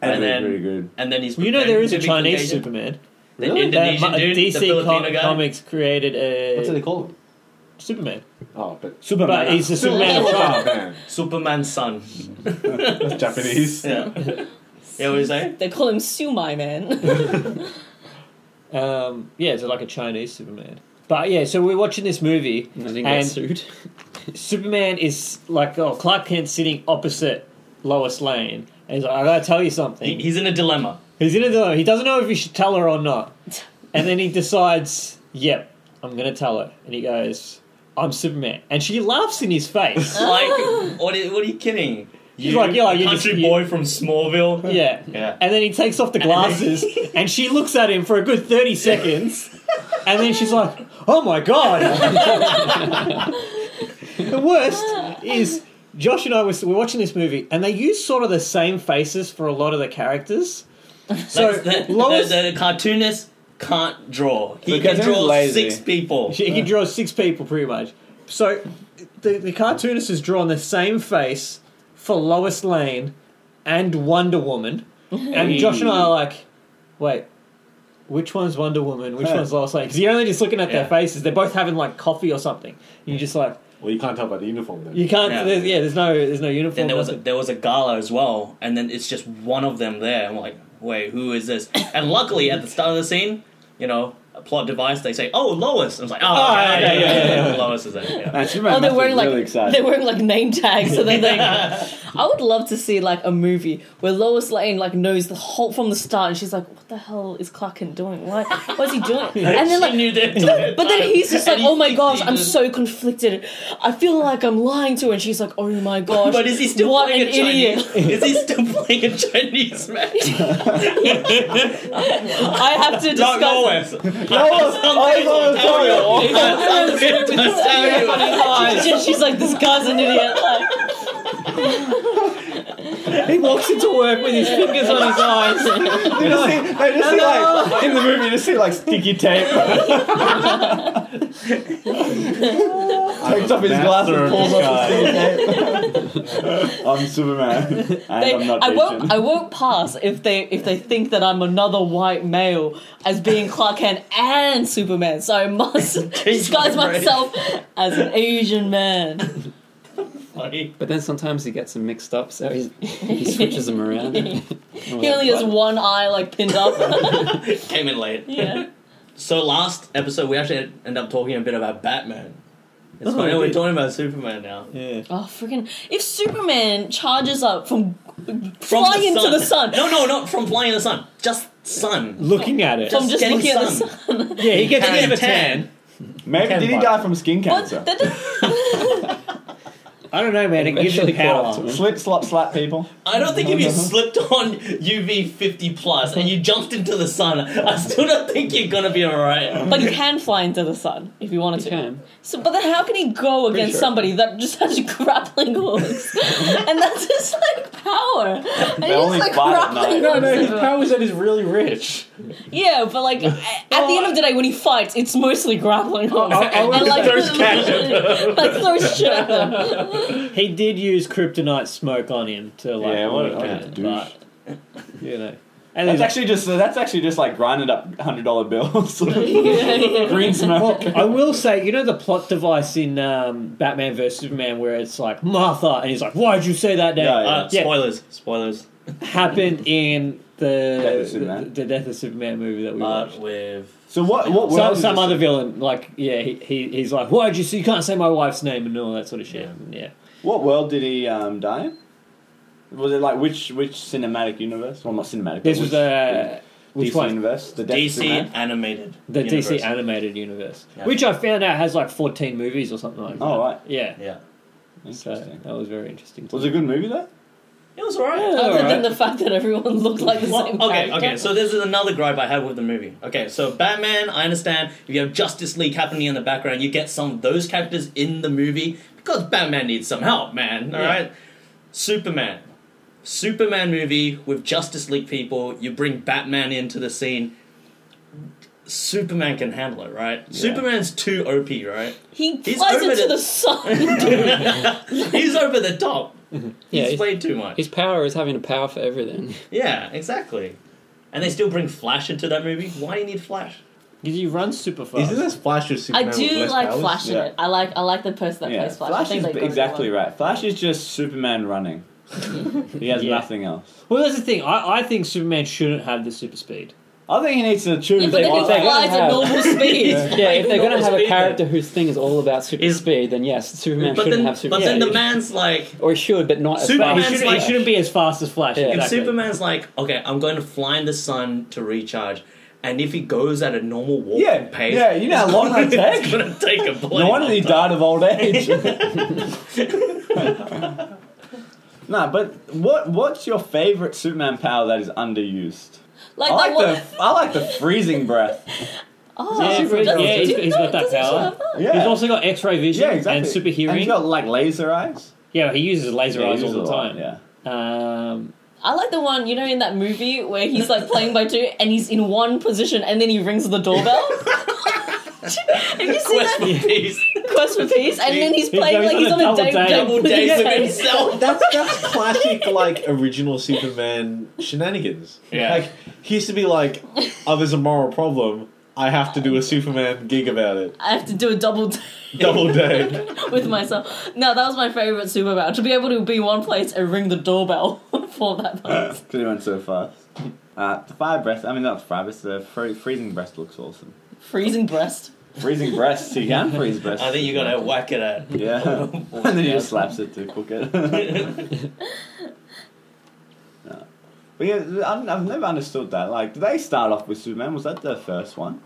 E: And
B: That'd be
E: then-
B: pretty good.
E: and then he's.
A: you know, there is a
E: pretending to be
A: Chinese
E: Caucasian.
A: Superman.
E: The
C: Really?
E: Indonesian
A: Uh,
E: dude, the
A: DC
E: Filipino
A: Com-
E: guy.
A: Comics created a
C: What's it called?
A: Superman.
C: Oh, but
A: But he's the Superman. of Clark.
C: Superman.
E: Superman's son.
C: That's Japanese.
E: Yeah. yeah, what do you say?
F: They call him Sumai Man.
A: Um, yeah, so like a Chinese Superman. But yeah, so we're watching this movie,
D: I think
A: and
D: that's suit.
A: Superman is like, oh, Clark Kent sitting opposite Lois Lane. And he's like, I gotta tell you
E: He,
A: something.
E: he's in a dilemma.
A: He's in a dilemma. He doesn't know if he should tell her or not. And then he decides, yep, I'm gonna tell her. And he goes, I'm Superman. And she laughs in his face.
E: Like, what are, what are you kidding?
A: He's like, yeah, like, you
E: country
A: just- you-
E: boy from Smallville.
A: yeah.
E: Yeah.
A: And then he takes off the glasses, and she looks at him for a good 30 seconds, and then she's like, oh my god! the worst is Josh and I was, were watching this movie, and they use sort of the same faces for a lot of the characters. So,
E: the,
A: Lois.
E: the, the cartoonist can't draw. He
B: Because he's
E: can draw
B: lazy.
E: six people.
A: She, he draws six people pretty much. So the, the cartoonist has drawn the same face for Lois Lane and Wonder Woman. And Josh and I are like, wait, which one's Wonder Woman? Which
B: Huh.
A: one's Lois Lane? Because you're only just looking at
E: Yeah.
A: their faces. They're both having like coffee or something. And you're just like,
C: Well, you can't tell by the uniform then.
A: you can't.
E: Yeah.
A: There's, yeah, there's no, there's no uniform.
E: Then there was a,
A: nothing.
E: there was a gala as well, and then it's just one of them there. I'm like, wait, who is this? And luckily, at the start of the scene, you know, a plot device. They say, oh, Lois. I was like, oh,
A: Oh,
E: okay,
A: yeah,
E: yeah,
A: yeah,
E: yeah,
A: yeah,
E: yeah, Lois is there. Yeah.
B: Man, Superman
F: oh,
B: must
F: they're
B: be
F: wearing like
B: really excited.
F: they're wearing like name tags. So they're like, I would love to see like a movie where Lois Lane like knows the whole from the start, and she's like, "What the hell is Clark Kent doing? Why? What's he doing?" And
E: She
F: then like
E: knew that.
F: But then he's just like,
E: And he
F: oh my
E: thinks
F: gosh,
E: he
F: I'm
E: just-
F: so conflicted. I feel like I'm lying to her. And she's like, oh my gosh.
E: But is he still
F: what
E: playing
F: an
E: a Chinese?
F: idiot.
E: is he still playing a Chinese man?
F: I have to discuss.
E: Not Lois.
B: Lois, Lois on the toilet.
F: She- she's like, this guy's an idiot. Like,
A: he walks into work with his fingers on his eyes.
B: They just see, they just see like in the movie, you just see like sticky tape. Takes off his glasses, pulls off his sticky tape. I'm Superman, and
F: they,
B: I'm not
F: I
B: Asian.
F: won't. I won't pass if they if they think that I'm another white male as being Clark Kent and Superman. So I must disguise
E: my race.
F: myself as an Asian man.
E: Funny.
D: But then sometimes he gets them mixed up, so he's, he switches them around.
F: He only has one eye like pinned up.
E: Came in late.
F: yeah.
E: So last episode, we actually end up talking a bit about Batman. It's
A: Oh,
E: funny,
A: we
E: we're
A: did.
E: talking about Superman now.
A: Yeah.
F: Oh freaking! If Superman charges up from,
E: From
F: flying into the sun,
E: No, no, not from flying in the sun. Just sun.
A: Looking at it.
F: from just
E: getting
F: looking at the
E: sun.
F: sun,
A: Yeah, he gets a bit of a
E: Tan.
A: tan.
B: Maybe did he
C: Ken
B: die from skin
F: but
B: cancer?
F: that does-
A: I don't know, man. It gives
D: Eventually
A: him
D: caught
A: power.
D: up to him.
B: Slip, slop, slap, people.
E: I don't think if
A: Uh-huh.
E: you slipped on UV 50 plus and you jumped into the sun, I still don't think you're gonna be alright.
A: Uh,
F: but he can fly into the sun if he wanted
D: He
F: to.
D: can.
F: So, but then how can he go against
D: sure.
F: somebody that just has grappling hooks, and that's his like power? And he's
B: only
F: like
B: fight at night.
F: grappling
C: No, no, his
F: hooks.
C: power is that he's really rich.
F: Yeah, but like at the end of the day, when he fights, it's mostly grappling hooks. and like
A: throws cash
F: like throws shit at them.
A: He did use kryptonite smoke on him to like.
B: Yeah, what a-
A: work
B: what a
A: at it,
B: douche.
A: but, you know,
B: And that's actually just that's actually just like grinding up hundred dollar bills. Green smoke.
A: I will say, you know the plot device in um, Batman vs Superman where it's like Martha, and he's like, "Why'd you say that name?"
B: Yeah,
E: Uh,
A: Yeah.
E: Spoilers, spoilers.
A: Happened in
B: Death of
A: the
B: Superman.
A: the, the Death of Superman movie that we
E: But
A: watched.
E: Uh, with
B: So what? What? what
A: Some,
B: else
A: some
B: is-
A: other villain, like yeah, he, he he's like, "Why'd you say you can't say my wife's name?" and all that sort of shit. Yeah,
B: What world did he um, die in? Was it like which which cinematic universe? Well, not cinematic.
A: this
B: but
A: was
B: which,
A: uh,
B: DC
A: which one?
B: universe. The Death of
E: DC
B: Superman?
E: animated.
A: The DC
E: universe.
A: animated universe,
E: Yeah.
A: which I found out has like fourteen movies or something like that.
B: Oh, right.
A: yeah.
E: Yeah.
A: So
B: Interesting.
A: that was very interesting. to
B: Was it a good movie though?
E: It was alright.
F: Other
A: Alright.
F: than the fact that everyone looked like the
E: Well,
F: same
E: okay,
F: character.
E: okay. So this is another gripe I had with the movie. Okay, so Batman, I understand if you have Justice League happening in the background, you get some of those characters in the movie because Batman needs some help, man. All right, Superman, Superman movie with Justice League people. You bring Batman into the scene. Superman can handle it, right? Superman's too OP, right?
F: he
E: He's
F: flies
E: over
F: into
E: the-
F: the sun.
E: He's over the top.
D: Yeah,
E: he's
D: he's-
E: played too much.
D: His power is having a power for everything.
E: Yeah, exactly. And they still bring Flash into that movie. Why do you need Flash?
A: Did you run super fast?
C: Isn't this Flash of
F: I
C: Superman? with
F: do
C: less
F: like
C: powers?
F: Flash in
B: Yeah.
F: it. I like I like the person that
B: yeah,
F: plays Flash. I
B: Flash is
F: think they go
B: exactly
F: well.
B: right. Flash is just Superman running. he has
A: Yeah.
B: nothing else.
A: Well, that's the thing. I, I think Superman shouldn't have the super speed.
B: I think he needs to choose.
F: Yeah, but then
B: one
F: he
D: they're gonna
F: flies at
D: have-
F: normal speed.
D: yeah, if they're going to have
E: Speed
D: a
E: then.
D: character whose thing is all about super
E: Is-
D: speed, then yes, Superman
E: But
D: shouldn't
E: then,
D: have super
E: but then
D: speed.
E: the man's like,
D: or he should, but not
E: Superman-
D: as
A: He
D: fast.
E: Man's
A: shouldn't, he
E: like-
A: shouldn't be as fast as Flash.
D: Yeah. If
E: if
A: Exactly.
E: Superman's like, okay, I'm going to fly in the sun to recharge, and if he goes at a normal walking
B: Yeah,
E: pace,
B: yeah, you know how
E: it's
B: long
E: gonna-
B: that takes?
E: It's going to take a blow.
B: No wonder he died of old age. nah, but what what's your favorite Superman power that is underused?
F: Like,
B: I like
F: that one.
B: the I like the freezing breath.
F: Oh,
A: Yeah,
F: doesn't-
A: yeah, he's-
F: do you
A: he's
F: know-
A: got that
F: doesn't she
A: power.
F: have that?
B: Yeah,
A: He's also got X-ray vision
B: yeah, exactly.
A: and super
B: And
A: hearing.
B: he's got like laser eyes.
A: yeah, he uses laser
B: Yeah, he
A: eyes all
B: uses a
A: the
B: lot,
A: time.
B: Yeah.
A: Um,
F: I like the one you know in that movie where he's like playing by two and he's in one position and then he rings the doorbell. Have you seen
E: Quest
F: that
E: for peace,
F: Quest for Peace? And then he's
A: He's
F: playing
A: going
F: like
A: on
F: he's
A: a
F: on a
A: double
F: date,
A: date.
E: double days with himself.
C: That's that's classic like original Superman shenanigans.
E: Yeah.
C: Like he used to be like, Oh, there's a moral problem. I have to do a Superman gig about it.
F: I have to do a double date
C: Double day.
F: with myself. No, that was my favorite superpower to be able to be in one place and ring the doorbell for that person.
B: Because he went so fast. Uh, the fire breath. I mean, not the fire breath. The fre- freezing breath looks awesome.
F: Freezing breast.
B: Freezing breasts. He can freeze breasts.
E: I think you got to whack it at.
B: Yeah. and then he just slaps it to cook it. No. But yeah, I've, I've never understood that. Like, did they start off with Superman? Was that the first one?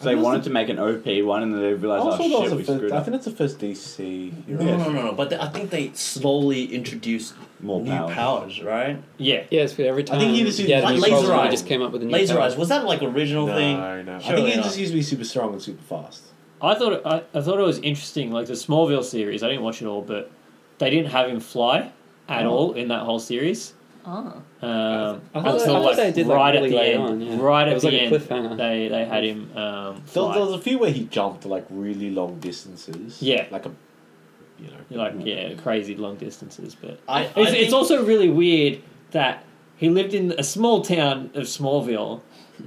B: So they
C: I
B: wanted to make an OP one, and then they realized,
C: Also, that
B: oh
C: was
B: shit,
C: the
B: we
C: first-
B: screwed
C: I
B: up.
C: think that's the first DC. You're
E: No,
C: right.
E: no, no, no. But I think they slowly introduced
B: More
E: new
B: power.
E: powers, right?
A: yeah.
D: Yes, but every time.
C: think he just used
D: yeah,
E: like
D: new
E: laser
D: problem, he
E: eyes.
D: just came up with a new
E: Laser
D: power.
E: eyes. Was that like original thing?
C: No, no. I think
E: Surely
C: he
E: not.
C: just used to be super strong and super fast.
A: I thought I, I thought it was interesting. Like the Smallville series, I didn't watch it all, but they didn't have him fly at all in that whole series.
F: Oh.
A: Um,
D: Oh. I thought-
A: until
D: I thought
A: like
D: they did, like,
A: right
D: really
A: at the
D: late
A: end,
D: on, yeah.
A: right
D: It
A: at
D: was
A: the
D: like a
A: end,
D: cliffhanger.
A: they they had him um,
C: There, there was
A: fly.
C: a few where he jumped like really long distances.
A: Yeah.
C: Like a, you know.
A: Like yeah, crazy long distances, but
E: I, I
A: It's,
E: think-
A: it's also really weird that he lived in a small town of Smallville,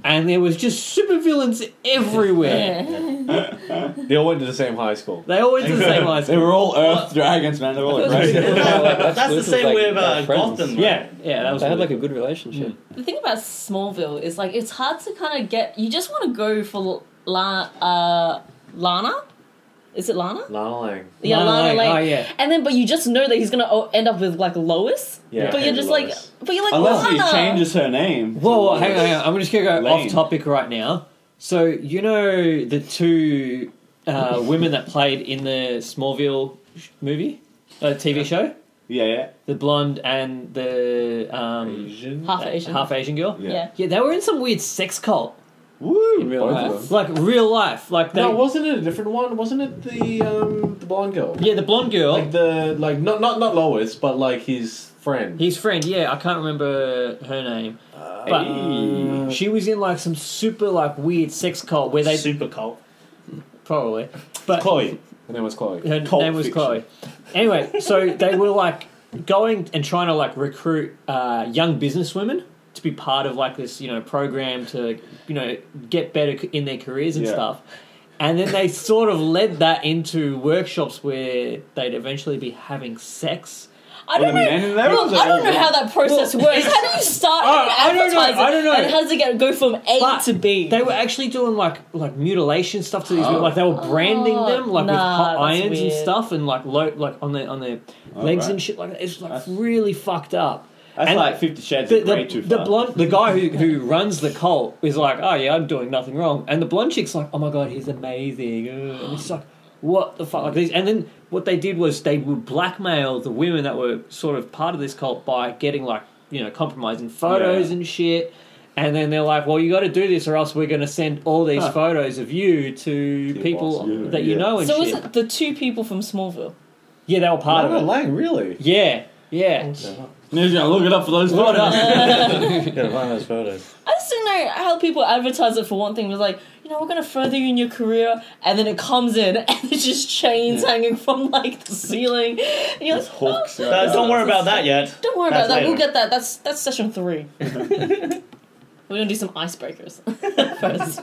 A: and there was just supervillains everywhere.
F: Yeah.
C: They all went to the same high school.
A: They all went to the same high
B: They
A: school.
B: were all Earth dragons, man. They're all
D: Yeah,
B: great.
D: like,
E: That's the
D: this was
E: same
D: like
E: with uh,
D: friends.
E: Gotham.
A: Yeah, yeah, that was.
D: They had like
A: weird.
D: a good relationship.
F: the thing about Smallville is like it's hard to kind of get. You just want to go for La, uh, Lana. Is it Lana?
C: Lana Lang.
F: Yeah,
A: Lana
F: Lana
A: Lang,
F: Lang.
A: oh, yeah.
F: And then, but you just know that he's gonna o- end up with like Lois.
C: Yeah,
F: But you're
C: and
F: just
C: Lois.
F: like, but you're like,
B: Unless he
F: Lana!
B: changes her name.
A: Whoa, whoa, hang on, hang on. I'm just gonna go
B: Lane.
A: off topic right now. So you know the two uh, women that played in the Smallville sh- movie, uh, TV show,
B: Yeah, yeah.
A: the blonde and the um,
C: Asian.
F: half Asian.
A: half Asian girl.
B: Yeah.
F: Yeah.
A: Yeah, they were in some weird sex cult,
B: Woo!
D: In real
B: both of
D: life.
B: them.
A: like real life, like they.
C: No, wasn't it a different one? Wasn't it the um the blonde girl?
A: yeah, the blonde girl.
C: Like the like not not not Lois, but like his friend.
A: His friend, yeah, I can't remember her name, but
C: Uh, Hey.
A: she was in like some super like weird sex cult where they
E: super cult.
A: probably, but
C: Chloe. Her name was Chloe.
A: her
B: Cult
A: name was
B: fiction.
A: Chloe. Anyway, so they were like going and trying to like recruit uh, young businesswomen to be part of like this, you know, program to, you know, get better c- in their careers and
B: Yeah.
A: stuff. And then they sort of led that into workshops where they'd eventually be having sex.
F: I don't
B: Well,
F: know.
B: the men in there
F: Look,
B: was
F: I don't know
B: all-
F: how that process works. How do you start
A: Oh,
F: an
A: I don't know,
F: advertising?
A: I don't know.
F: And how does it get go from A
A: But
F: to B?
A: They were actually doing like like mutilation stuff to these people. Like they were branding
F: Oh,
A: them like with
F: nah,
A: hot
F: that's
A: irons and
F: weird.
A: stuff and like low, like on their on their
B: Oh,
A: legs
B: right.
A: and shit like that. It's like
B: That's-
A: really fucked up.
B: That's
A: And
B: like Fifty Shades
A: The,
B: of Grey
A: the,
B: too
A: the
B: far.
A: blonde, the guy who, who runs the cult is like, oh yeah, I'm doing nothing wrong, and the blonde chick's like, oh my god, he's amazing, Ugh. and it's like, what the fuck, like these, and then what they did was they would blackmail the women that were sort of part of this cult by getting like, you know, compromising photos
B: Yeah.
A: and shit, and then they're like, well, you got to do this or else we're going to send all these
B: Huh.
A: photos of you to
B: boss,
A: people
B: yeah,
A: that you
B: yeah.
A: know and
F: so
A: shit.
F: was it the two people from Smallville?
A: Yeah, they were part
C: Lana
A: of it.
C: Lang, really?
A: Yeah, yeah.
B: He's gonna look it up for those
A: What
B: photos.
E: Gotta find those photos.
F: I just don't know how people advertise it for one thing. It was like, you know, we're going to further you in your career, and then it comes in, and it's just chains hanging from like the ceiling. And you're
B: Just
F: like,
B: hooks,
C: Uh,
F: oh,
B: yeah.
F: this
E: Uh, don't worry
F: is-
E: about that yet.
F: Don't worry
E: That's
F: about that. We'll
E: later.
F: get that. That's that's session three. We're gonna do some icebreakers first.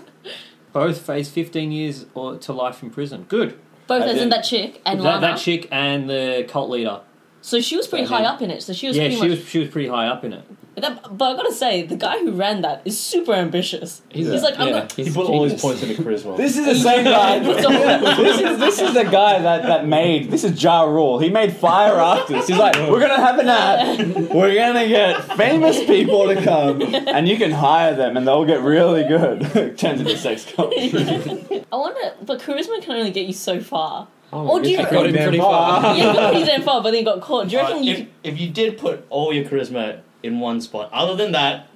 A: Both face 15 years or to life in prison. Good.
F: Both
B: I
F: as in
B: did.
F: that chick and
A: that,
F: Lana.
A: that chick and the cult leader.
F: so she was pretty
A: I
F: high
A: did.
F: up in it. So she was
A: yeah,
F: pretty
A: she
F: much.
A: was she was pretty high up in it.
F: That, but I gotta say, the guy who ran that is super ambitious.
D: He's,
F: He's like, I'm
D: yeah,
F: not-
D: he's
C: He put all his
D: genius.
C: points into charisma.
B: This is the same guy.
F: What's up?
B: this is this is the guy that, that made this is Ja Rule. He made Fire Artists. He's like, we're gonna have an ad. We're gonna get famous people to come, and you can hire them, and they'll get really good. Turns into sex cult.
F: I wonder, but charisma can only get you so far.
C: Oh,
F: Or do you?
D: I got him
C: Goddamn
D: pretty far.
F: yeah, you got pretty damn far, but then you got caught. Do you reckon
E: Uh,
F: you?
E: if, if you did put all your charisma in one spot, other than that,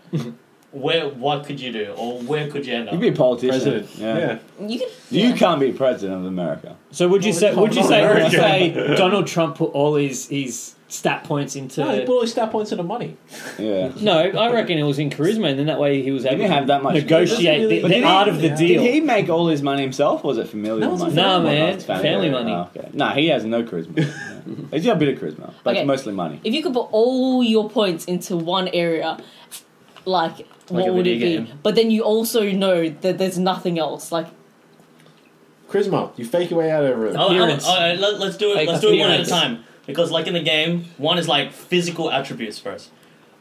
E: where what could you do, or where could you end
B: You
E: up?
B: be a politician.
C: president.
B: Yeah.
F: could- you could.
B: You
F: yeah.
B: can't be president of America.
A: So would you
C: Well,
A: say
C: the cult
A: would you
C: of
A: say would you
C: America.
A: say Donald Trump put all his his stat points into
C: No, he put all his stat points into money.
B: Yeah.
A: No, I reckon it was in charisma and then that way he was able
B: didn't
A: to
B: have that much-
A: negotiate
C: Really?
A: the,
C: But
A: the
C: did he-
A: art of the
C: yeah.
A: deal.
B: Did he make all his money himself, or was it familial
C: No, it's
B: money?
A: No,
B: Oh,
A: man.
B: it's
A: Family money.
B: Oh, okay. No, he has no charisma. Yeah. He's got a bit of charisma, but
F: Okay.
B: it's mostly money.
F: If you could put all your points into one area, like, what
E: a
F: would it be?
E: video game.
F: But then you also know that there's nothing else. Like,
C: Charisma, you fake your way out of a room.
E: Oh, oh,
A: Appearance.
E: oh, uh, let, us do it.
D: Like
E: let's do it one at a
D: appearance.
E: time because, like in the game, one is like physical attributes first.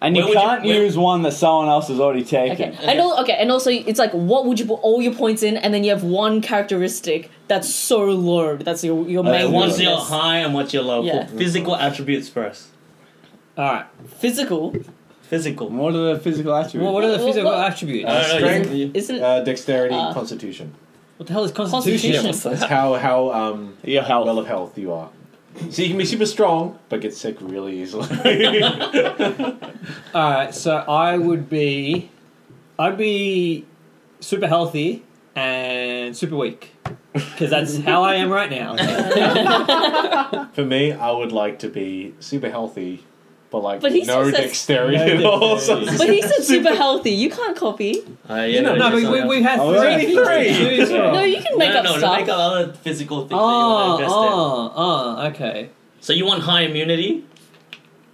B: And
E: Where
B: you
E: would you-
B: can't
E: where-
B: use one that someone else has already
F: okay,
B: taken.
F: and all, okay, and also it's like, what would you put all your points in, and then you have one characteristic that's so low. That's your your
B: Okay,
F: main.
E: Like, one's
B: yeah.
E: your
F: weakness.
E: high and what's your low.
F: Yeah.
E: Cool. Physical attributes first.
A: all right.
F: physical,
E: Physical.
B: What are the physical attributes?
A: Well, what are the
F: Well,
A: physical
F: well-
A: attributes?
E: I don't know, you-
C: strength.
E: you-
F: isn't it?
C: Uh, dexterity,
F: Uh,
C: constitution.
A: what the hell is constitution?
F: Constitution.
C: That's how how um
B: Your health.
C: well of health you are. So you can be super strong, but get sick really easily.
A: All right. So I would be, I'd be super healthy and super weak because that's how I am right now.
C: For me, I would like to be super healthy, but like
F: But he
C: no
F: still says-
C: dexterity
A: No
C: at all. So
A: dexterity.
C: it's
F: But he said super healthy. You can't copy.
E: Uh, yeah,
C: You know,
A: No, but we, we had
B: Oh,
A: three.
B: is that
A: to
B: three?
A: choose from.
F: No, you can
E: No,
F: make
E: no,
F: up
E: no,
F: stuff.
E: make up other physical things
A: Oh,
E: that you want to invest
A: oh, oh, okay.
E: in. So you want high immunity?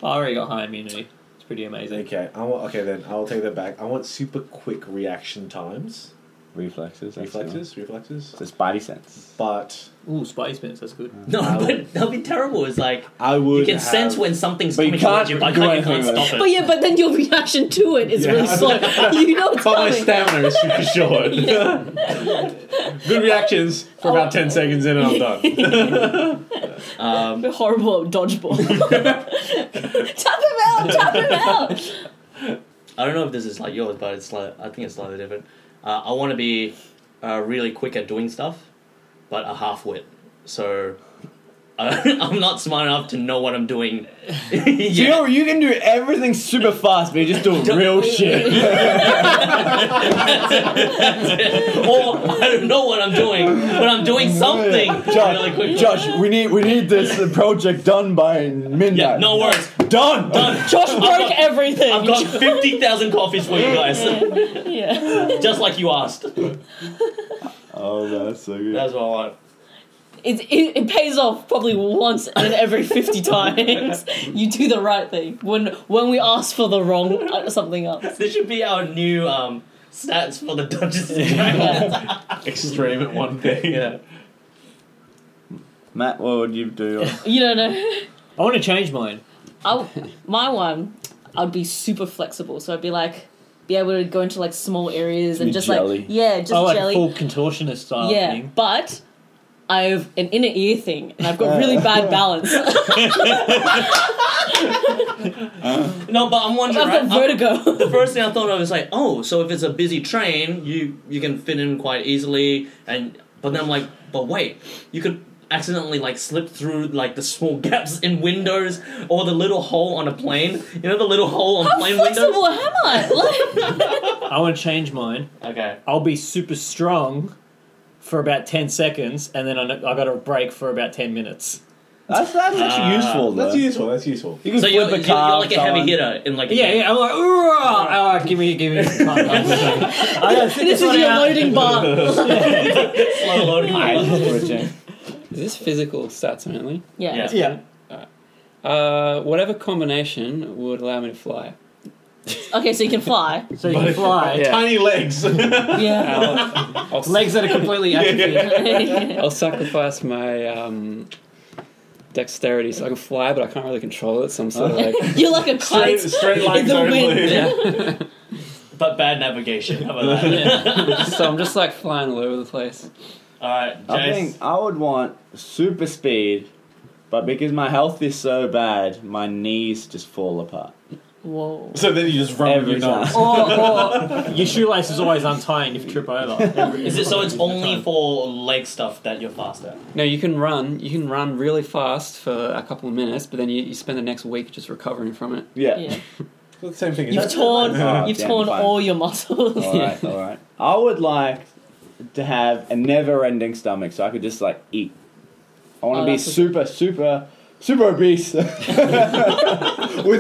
A: I already got high immunity. It's pretty amazing.
C: okay, I want, okay then I'll take that back. I want super quick reaction times,
B: reflexes. that's
C: reflexes, reflexes.
B: it. It's a spidey sense.
C: But
A: Ooh, spice mints, that's good.
E: No,
C: I
E: but that'd be terrible. It's like
C: I would.
E: you can
C: have-
E: sense when something's
B: But you
E: coming towards you.
B: can't
E: but
B: do
E: I can't, you can't
B: anything about it.
E: stop it.
F: But yeah, but then your reaction to it is
C: Yeah.
F: really slow. you know it's
C: But my
F: coming.
C: stamina is super short. Good reactions for about ten seconds in, and I'm done.
E: Um,
F: We're horrible at dodgeball. tap him out! Tap him out!
E: I don't know if this is like yours, but it's like I think it's slightly different. Uh, I want to be uh, really quick at doing stuff, but a half wit. So uh, I'm not smart enough to know what I'm doing.
B: You
E: yeah.
B: know, you can do everything super fast, but you just do real shit.
E: or I don't know what I'm doing, but I'm doing something really quick.
B: Josh, Josh, we need we need this uh, project done by midnight.
E: Yeah, no worries.
B: Done.
E: Done.
F: Josh broke everything.
E: I've got 50,000 coffees for you guys,
F: yeah.
E: just like you asked.
B: Oh, that's so good.
E: That's what I want.
F: It, it, it pays off probably once and every 50 times. You do the right thing when when we ask for the wrong uh, something else.
E: This should be our new um, stats for the Dodgers.
F: Yeah.
C: Extreme at one thing.
E: yeah.
B: Matt, what would you do?
F: You don't know.
A: I want to change mine.
F: I, my one, I'd be super flexible. So I'd be like, be able to go into like small areas and
B: Be
F: just
B: jelly.
F: like, yeah, just
A: I like
F: jelly.
A: full contortionist style
F: yeah,
A: thing.
F: but I have an inner ear thing and I've got
E: Uh,
F: really bad balance. I've
E: No, but I'm wondering.
F: got
E: Right, I'm-
F: vertigo.
E: the first thing I thought of is like, oh, so if it's a busy train, you you can fit in quite easily. And but then I'm like, but wait, you could accidentally like slip through like the small gaps in windows or the little hole on a plane. You know the little hole on
F: How
E: plane
F: flexible
E: windows.
F: am I? Like,
A: I want to change mine.
E: Okay.
A: I'll be super strong for about 10 seconds and then I, I got a break for about 10 minutes.
B: That's that's actually
E: Ah.
B: useful though.
C: That's useful. That's useful.
B: You can
E: So
B: flip
E: you're,
B: a
E: you're, you're
B: car
E: like a heavy
B: someone.
E: hitter in like a
A: Yeah,
E: game.
A: yeah, I'm like, Urgh! Oh, give me, give me. I gotta sit
F: this is
A: one
F: your
A: out.
F: loading bar.
E: slow loading.
B: I love it, Jane.
D: Is this physical stats only?
F: Yeah.
E: Yeah.
A: Yeah.
D: Uh, whatever combination would allow me to fly.
F: Okay, so you can fly.
A: So you can fly.
D: Yeah.
C: Tiny legs.
F: Yeah.
D: I'll, I'll,
A: Legs that are completely atrophied.
D: I'll sacrifice my um, dexterity so I can fly, but I can't really control it. So I'm
A: Oh.
D: sort of like,
F: You're like a
C: straight,
F: kite.
C: straight legs
F: the
C: only.
F: wind.
E: But bad navigation. How about that?
D: so I'm just like flying all over the place.
E: All right,
B: I
E: Jace.
B: think I would want super speed, but because my health is so bad, my knees just fall apart.
F: Whoa.
C: So then you just run
B: Every
C: with your nose.
B: time.
A: or, or your shoelace is always untying if you trip over.
E: Is it so? It's only
A: time.
E: for leg stuff that you're faster.
D: No, you can run. You can run really fast for a couple of minutes, but then you, you spend the next week just recovering from it.
B: Yeah.
F: Yeah.
C: It's the same thing.
F: You've
C: As
F: torn.
B: Oh,
F: you've
B: damn,
F: torn
B: fine.
F: all your muscles.
B: All right, all right. I would like to have a never-ending stomach, so I could just like eat. I want to
F: Oh,
B: be
F: that's a-
B: super, super, super obese with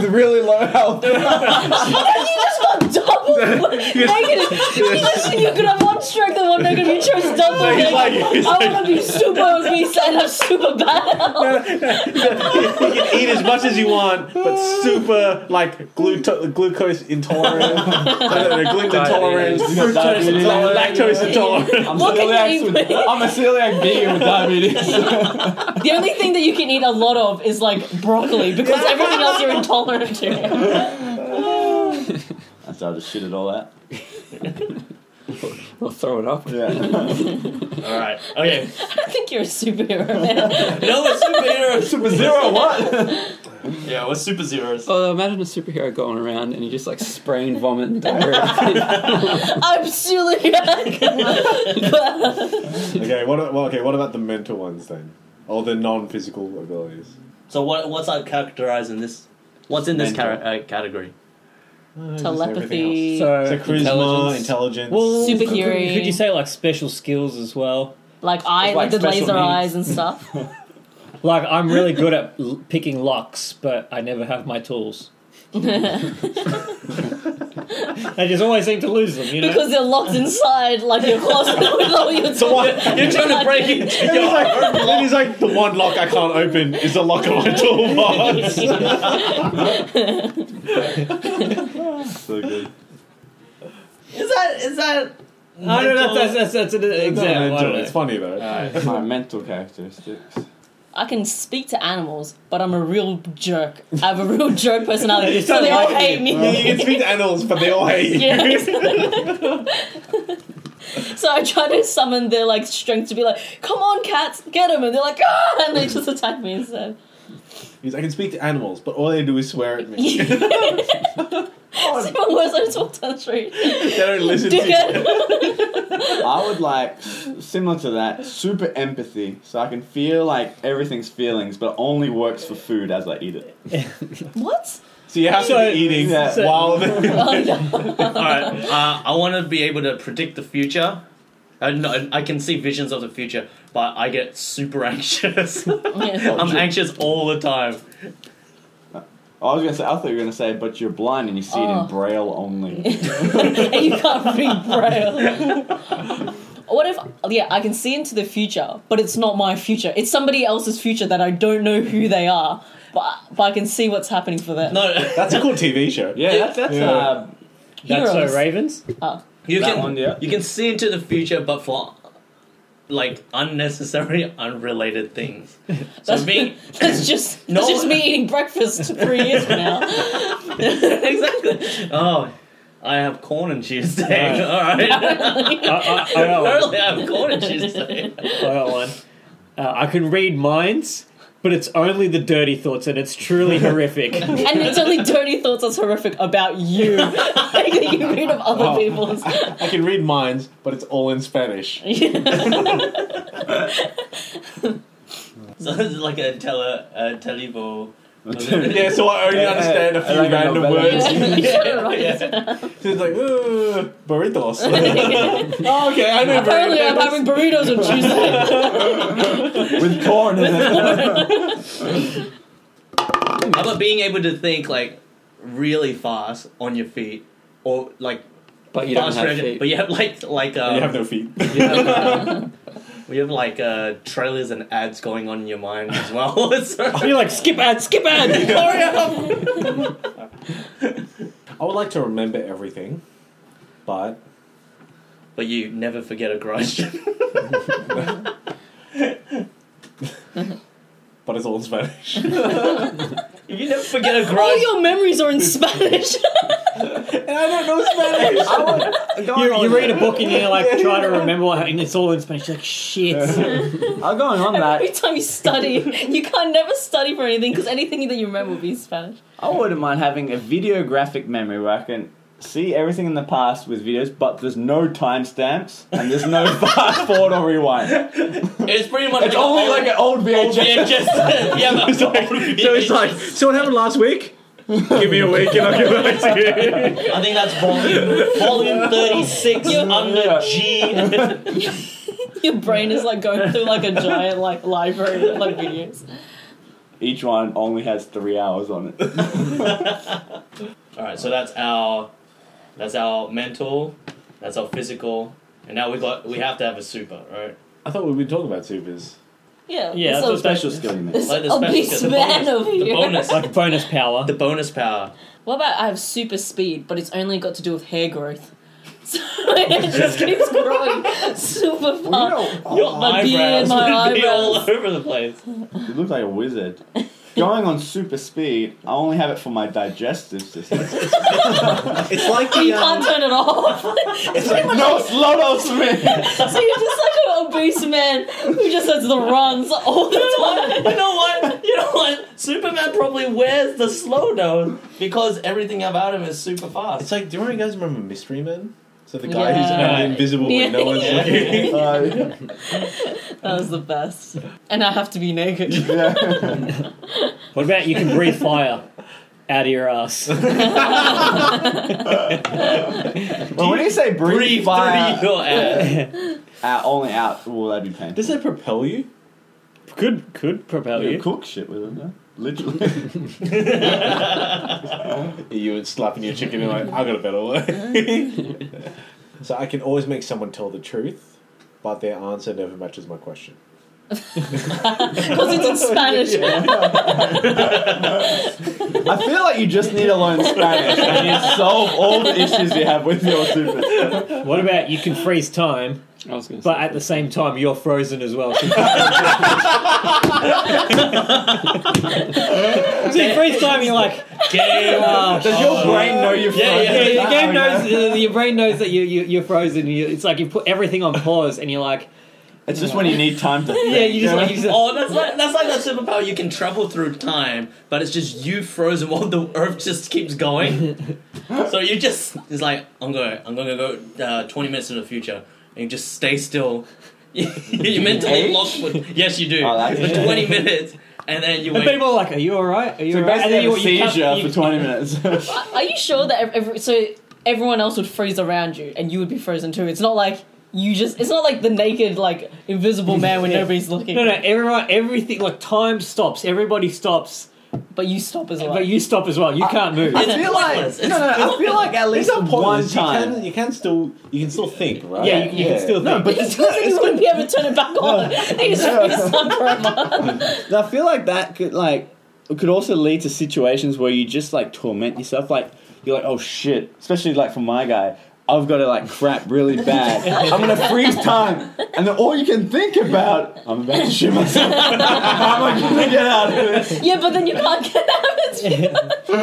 B: really low health.
F: you just got double negative. You just you could have one strength and one negative. You chose double negative. I want to be super obese and have super bad health.
C: eat as much as you want, but super like gluto- glucose intolerant, uh, gluten intolerant,
D: Diabetes.
C: fructose intolerant, lactose intolerant.
B: I'm
F: What can you
B: celiac.
F: eat?
B: With, I'm a celiac vegan with diabetes.
F: The only thing that you can eat a lot of is like broccoli because everything else you're intolerant to.
B: so I'll just shit it all out.
D: Or throw it up.
B: Yeah.
E: All right. Okay.
F: I think you're a superhero, man.
E: No, we're superheroes.
B: super zero. What?
E: Yeah, we're super zeros.
D: Although imagine a superhero going around and you just like spraying vomit and diarrhea.
F: I'm celiac.
C: Okay, what? a- Well, okay, what about the mental ones then, or the non-physical abilities?
E: So what what's our characterized in this? What's in this
B: Mental.
E: cara- uh, category?
C: Uh, just everything
F: Telepathy,
C: else. So
A: So,
C: charisma, intelligence.
F: Super
A: could,
F: hearing.
A: could you say like special skills as well?
F: like eye,
B: Like
F: like the
B: special
F: laser
B: needs.
F: eyes and stuff.
A: Like I'm really good at l- picking locks, but I never have my tools. I just always seem to lose them, you know.
F: Because they're locked inside, like your closet with all your tools.
E: You're trying to break into
C: And he's like, and he's like, the one lock I can't open is the lock on my toolbox.
B: so good.
E: Is that is that?
A: I don't know. That's that's, that's an example. I don't know.
C: It's funny though.
B: My mental characteristics.
F: I can speak to animals, but I'm a real jerk. I have a real jerk personality,
A: It's
F: so
A: not
F: they all
A: like
F: hate me.
C: you can speak to animals, but they all hate you.
F: Yeah, exactly. so I try to summon their like strength to be like, "Come on, cats, get them!" And they're like, "Ah!" and they just attack me instead.
C: He's, I can speak to animals, but all they do is swear at me.
F: it's even worse. I just walked down the street.
C: they don't listen to you.
F: Dickhead.
B: I would like, similar to that, super empathy, so I can feel like everything's feelings, but only works for food as I eat it.
F: What?
C: So you have
A: So-
C: to be eating
B: so-
C: while they
F: Oh, no.
E: All right. Uh, I want to be able to predict the future. Uh, no, I can see visions of the future, but I get super anxious.
B: Oh,
F: Yeah.
E: I'm anxious all the time.
B: I was gonna say, I thought you were gonna say, but you're blind and you see it
F: Oh.
B: in braille only.
F: and you can't read braille. What if, yeah, I can see into the future, but it's not my future. It's somebody else's future that I don't know who they are, but, but I can see what's happening for them.
E: No,
C: That's a cool TV show.
B: Yeah, that's that's
C: Yeah.
B: uh,
A: That's
F: Heroes.
A: so Ravens.
F: Oh.
E: you
B: That
E: can
B: one, yeah.
E: you can see into the future, but for like unnecessary, unrelated things. So
F: That's-
E: being
F: That's just,
E: No.
F: that's just me eating breakfast for years from now.
E: exactly. Oh, I have corn on Tuesday. All right.
A: I, I, I got one.
E: Apparently, I have Uh, corn on Tuesday.
A: I got one. Uh, I can read minds, but it's only the dirty thoughts, and it's truly horrific.
F: And it's only dirty thoughts that's horrific about you. like, you read of other
C: Oh.
F: people's.
C: I can read minds, but it's all in Spanish.
E: So it's like a tele a televo.
C: Yeah, so I only
B: Yeah,
C: understand Uh, a few
B: like a
C: random
B: novella.
C: words.
E: yeah, yeah.
C: So it's like, uh, burritos. oh, okay, I know
F: Apparently, I'm
C: burritos.
F: having burritos on Tuesday.
B: with corn in it.
E: How about being able to think like really fast on your feet, or like
D: But you don't
E: fast
D: have
E: reaction-
D: feet.
E: but you have like like um,
C: You have no feet.
E: you have, we have like uh, trailers and ads going on in your mind as well. So-
A: You're like skip ad, skip ad.
E: Hurry up!
C: I would like to remember everything, but
E: But you never forget a grudge.
C: but it's all in Spanish.
E: you never forget a
F: All
E: grudge.
B: Oh,
F: your memories are in Spanish.
C: and I don't know Spanish.
B: I would- going
A: You,
B: on-
A: you read a book and you're like trying to remember what happened. It's all in Spanish. You're like shit.
B: I'm going on
E: Uh,
B: that.
F: Every time you study, you can't never study for anything because anything that you remember will be in Spanish.
B: I wouldn't mind having a videographic memory where I can see everything in the past with videos, but there's no timestamps and there's no fast forward or rewind.
E: It's pretty much
B: It's only like an old
E: yeah,
B: VHS.
E: just yeah. But
B: It's like- so it's like, so what happened last week? give me a week and I'll give back to you.
E: I think that's volume volume thirty six
F: Yeah.
E: under G.
F: Your brain is like going through like a giant like library of like videos.
B: Each one only has three hours on it.
E: All right, so that's our that's our mental, that's our physical, and now we got we have to have a super, right?
C: I thought we've been talking about supers.
F: Yeah,
A: Yeah, that's
F: so-
A: what special
B: skill, man.
F: This
E: Like the
F: obese
E: special- the
F: man
E: bonus-
F: over
E: The
F: here.
E: bonus,
A: Like bonus power.
E: the bonus power.
F: What about I have super speed, but it's only got to do with hair growth. So it just keeps growing super fast.
E: Your
F: My beard,
E: eyebrows
F: my
E: would be all
F: eyebrows.
E: over the place.
B: You look like a wizard. Going on super speed, I only have it for my digestive system.
E: It's like
F: you
B: um,
F: can't turn it off.
B: It's like, no slow for me.
F: so you're just like an obese man who just has the runs all the time.
E: You know what? You know what? Superman probably wears the slow down because everything about him is super
C: It's
E: fast.
C: like, do you guys remember Mystery Men? So the guy who's
F: Yeah.
C: only invisible when no one's
E: Yeah.
C: looking.
B: Uh,
F: That was the best. And I have to be naked.
B: yeah.
A: What about you can breathe fire out of your ass?
B: Well, when you say breathe,
E: Breathe
B: fire,
E: through your ass.
B: uh, only out, well, that'd be painful.
C: Does it propel you?
A: Could could propel
B: You
A: you.
B: cook shit with it, no? Literally.
C: You would slapping your chicken and like, I got a better way. so I can always make someone tell the truth, but their answer never matches my question.
F: Because it's in Spanish.
B: I feel like you just need to learn Spanish and you solve all the issues you have with your super.
A: What about you can freeze time,
D: I was going to
A: but
D: say.
A: at the same time you're frozen as well. so you freeze time, you're like,
E: Game
A: oh,
B: Does your brain know you're
E: Yeah,
B: frozen?
A: yeah, your,
B: Oh,
A: game
B: yeah.
A: knows, uh, your brain knows that you, you, you're frozen. You, it's like you put everything on pause and you're like,
B: It's just when you need time to think.
A: yeah, you just like, you just,
E: Oh, that's like that's like that superpower. You can travel through time, but it's just you frozen while the Earth just keeps going. so you just it's like I'm gonna I'm gonna go uh, twenty minutes in the future, and you just stay still. you mentally
B: Age?
E: locked. With, yes, you do.
B: Oh, that's-
E: for twenty minutes, and then you
A: and
E: wait.
A: people are like, are you alright? Are you
B: So
A: alright?
B: basically, you have a
A: you- you come-
B: seizure
A: you-
B: for 20 minutes.
F: Are you sure that ev- every, so everyone else would freeze around you and you would be frozen too? It's not like you just. It's not like the naked, like invisible man when
A: Yeah.
F: nobody's looking.
A: No, no, everyone, everything, like time stops, everybody stops.
F: But you stop as well.
A: But you stop as well. You can't move.
B: I feel like
E: pointless.
B: no, no, no. I feel like at
C: It's
B: least
C: not
B: one
C: pointless. You
B: time.
C: can, you can still you can still think, right?
A: yeah, you, you can still
B: No,
A: think.
B: but
F: it's because you wouldn't be able to turn it back on. They just
B: No.
F: would be stuck forever.
B: I feel like that could like it could also lead to situations where you just like torment yourself. Like you're like, oh shit, especially like for my guy. I've got to like crap really bad. I'm gonna freeze time, and then all you can think about, I'm about to shit myself. How am I gonna get out of this?
F: yeah, but then you can't get out. It's
E: You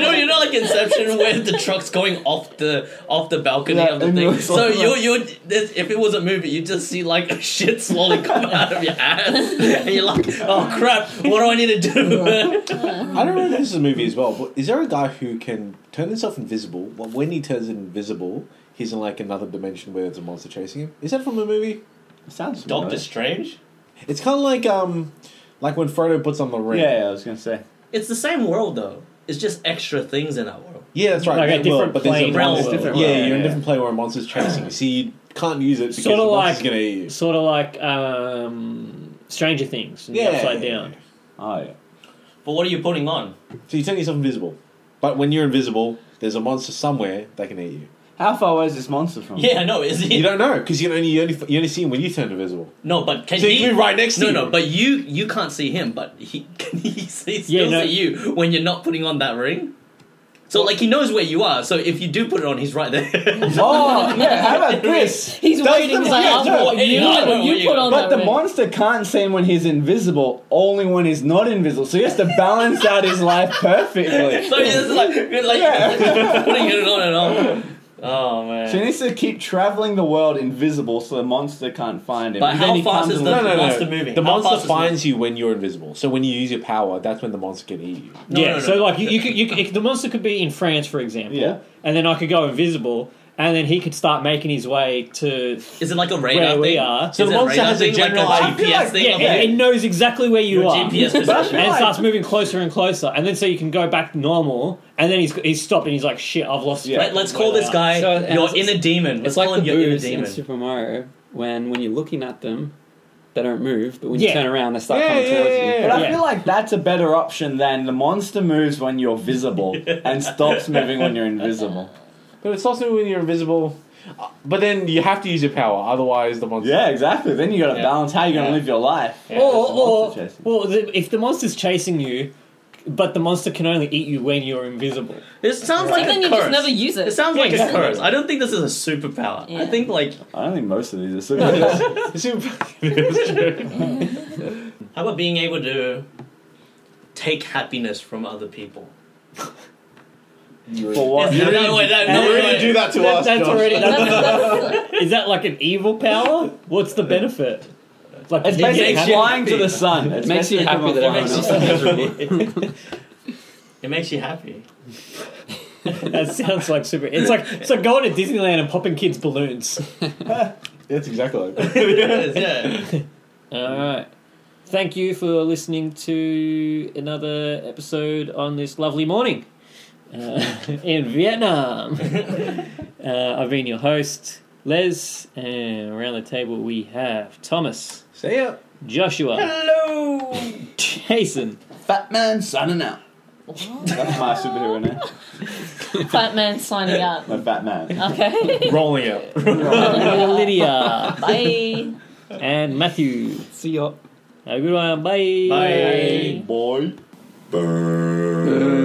E: know, you know, like Inception, where the truck's going off the off the balcony
B: Yeah,
E: of the
B: and
E: thing.
B: you're
E: So
B: like-
E: you you if it was a movie, you just see like shit slowly come out of your ass, and you're like, oh crap, what do I need to do?
C: I don't know if this is a movie as well, but is there a guy who can turn himself invisible? But when he turns invisible, he's in like another dimension where there's a monster chasing him. Is that from a movie?
B: Sounds
E: Doctor
B: familiar.
E: Strange.
C: It's kind of like um, like when Frodo puts on the ring.
B: Yeah, yeah, I was gonna say.
E: It's the same world though. It's just extra things in our world.
C: Yeah, that's right.
A: Like a
C: that world,
A: different
C: but there's
A: plane.
C: a monster.
E: Realm.
B: Different
C: yeah,
B: world,
C: you're in
B: yeah.
C: a different plane where a monster's chasing you. See, you can't use it because
A: Sorta
C: the monster's
A: like-
C: gonna eat you.
A: Sort of like um, Stranger Things, and the
C: Yeah.
A: Upside Down.
B: Oh yeah.
E: But what are you putting on?
C: So you turn yourself invisible, but when you're invisible, there's a monster somewhere that can eat you.
B: How far away is this monster from?
E: Yeah, I know. Is he?
C: You don't know because you only you only you only see him when you turn invisible.
E: no, but can
C: So
E: he?
C: you can be right next to
E: no,
C: you.
E: no, but you you can't see him, but he can he see still
A: Yeah, no.
E: see you when you're not putting on that ring. So like he knows where you are. So if you do put it on, he's right there.
B: Oh yeah. How about this?
F: He's
B: Does
F: waiting.
B: the-
F: He's like,
B: yeah,
F: I'm
B: no,
F: what you,
E: no, I know
F: you
E: what you
F: put
E: got.
F: on
B: But
F: that
B: the
F: ring.
B: monster can't see him when he's invisible, only when he's not invisible. So he has to balance out his life perfectly.
E: so he's just like like
B: Yeah.
E: putting it on and on. Oh man.
B: So he needs to keep traveling the world invisible so the monster can't find him.
E: But
B: And
E: how
B: then he
E: fast
B: comes
E: is
B: and
E: the-
B: looks-
C: no, no, no.
E: monster moving.
C: The
E: How fast
C: monster
E: is
C: finds you when you're invisible. So when you use your power, that's when the monster can eat you.
E: No,
A: yeah,
E: no, no,
A: so
E: no.
A: like you, you, could, you could, if the monster could be in France, for example,
B: Yeah.
A: and then I could go invisible, and then he could start making his way to.
E: Is it like a radar
A: Where
E: thing?
A: we are.
C: So
E: So is
C: the
E: it a
C: monster
E: radar
C: has a
E: thing, like a
C: general- I
B: feel
E: GPS
B: like-
E: thing?
A: Yeah,
E: Okay.
A: it, it knows exactly where you
E: Your
A: are.
E: GPS
A: and
E: position.
A: it starts moving closer and closer, and then so you can go back normal, and then he's he's stopped and he's like, "Shit, I've lost."
B: Yeah.
A: track
E: Let, us
A: of
E: call
A: where
E: this
A: they are.
E: guy
D: So, and
E: your
D: it's-
E: inner demon. Let's
D: It's like
E: call him
D: the
E: your inner
D: boobs in
E: demon.
D: Super Mario when when you're looking at them, they don't move, but when
A: Yeah.
D: you turn around, they start
B: Yeah,
D: coming
B: yeah,
D: towards you.
B: But I
A: Yeah.
B: feel like that's a better option than the monster moves when you're visible and stops moving when you're invisible.
C: But it's also when you're invisible. Uh, But then you have to use your power, otherwise the monster.
B: Yeah, exactly. Then you got to
A: Yeah.
B: balance how you're going to
A: Yeah.
B: live your life.
A: or,
B: There's a monster
A: or,
B: chasing.
A: well, the, if the monster's chasing you, but the monster can only eat you when you're invisible.
E: It sounds
F: But
E: like
F: then
E: a
F: you
E: curse.
F: just never use
E: it
F: it.
E: sounds like a
A: Yeah.
E: curse. I don't think this is a superpower. I
F: Yeah.
E: think like
B: I don't think most of these are super.
C: It's super- it's true.
E: how about being able to take happiness from other people?
B: For what?
E: Is- no, wait, no, no,
A: You're
E: wait,
A: gonna
E: wait.
A: do
B: that
A: That- that's already.
F: That's- that's-
A: Is that like an evil power? What's the benefit? Like
B: It's
A: you get
B: basically
E: makes
A: happy-
E: you
B: flying to
E: happy.
B: the sun.
D: It makes you happy that everyone
E: makes
D: else
E: you-
D: is miserable.
E: It makes you happy.
A: That sounds like super. It's like it's like going to Disneyland and popping kids balloons.
C: That's exactly like
E: It is, yeah.
A: All right. Thank you for listening to another episode on this lovely morning uh, in Vietnam. uh, I've been your host, Les, and around the table we have Thomas,
C: Say it.
A: Joshua,
E: Hello.
A: Jason,
B: Fat man signing out. That's my superhero name.
F: Fat man signing out.
B: My fat man.
F: Okay.
C: Rolling out.
A: Lydia,
F: Bye.
A: and Matthew.
D: See ya.
A: Have a good one. Bye.
E: Bye.
B: Boy.
G: Burn.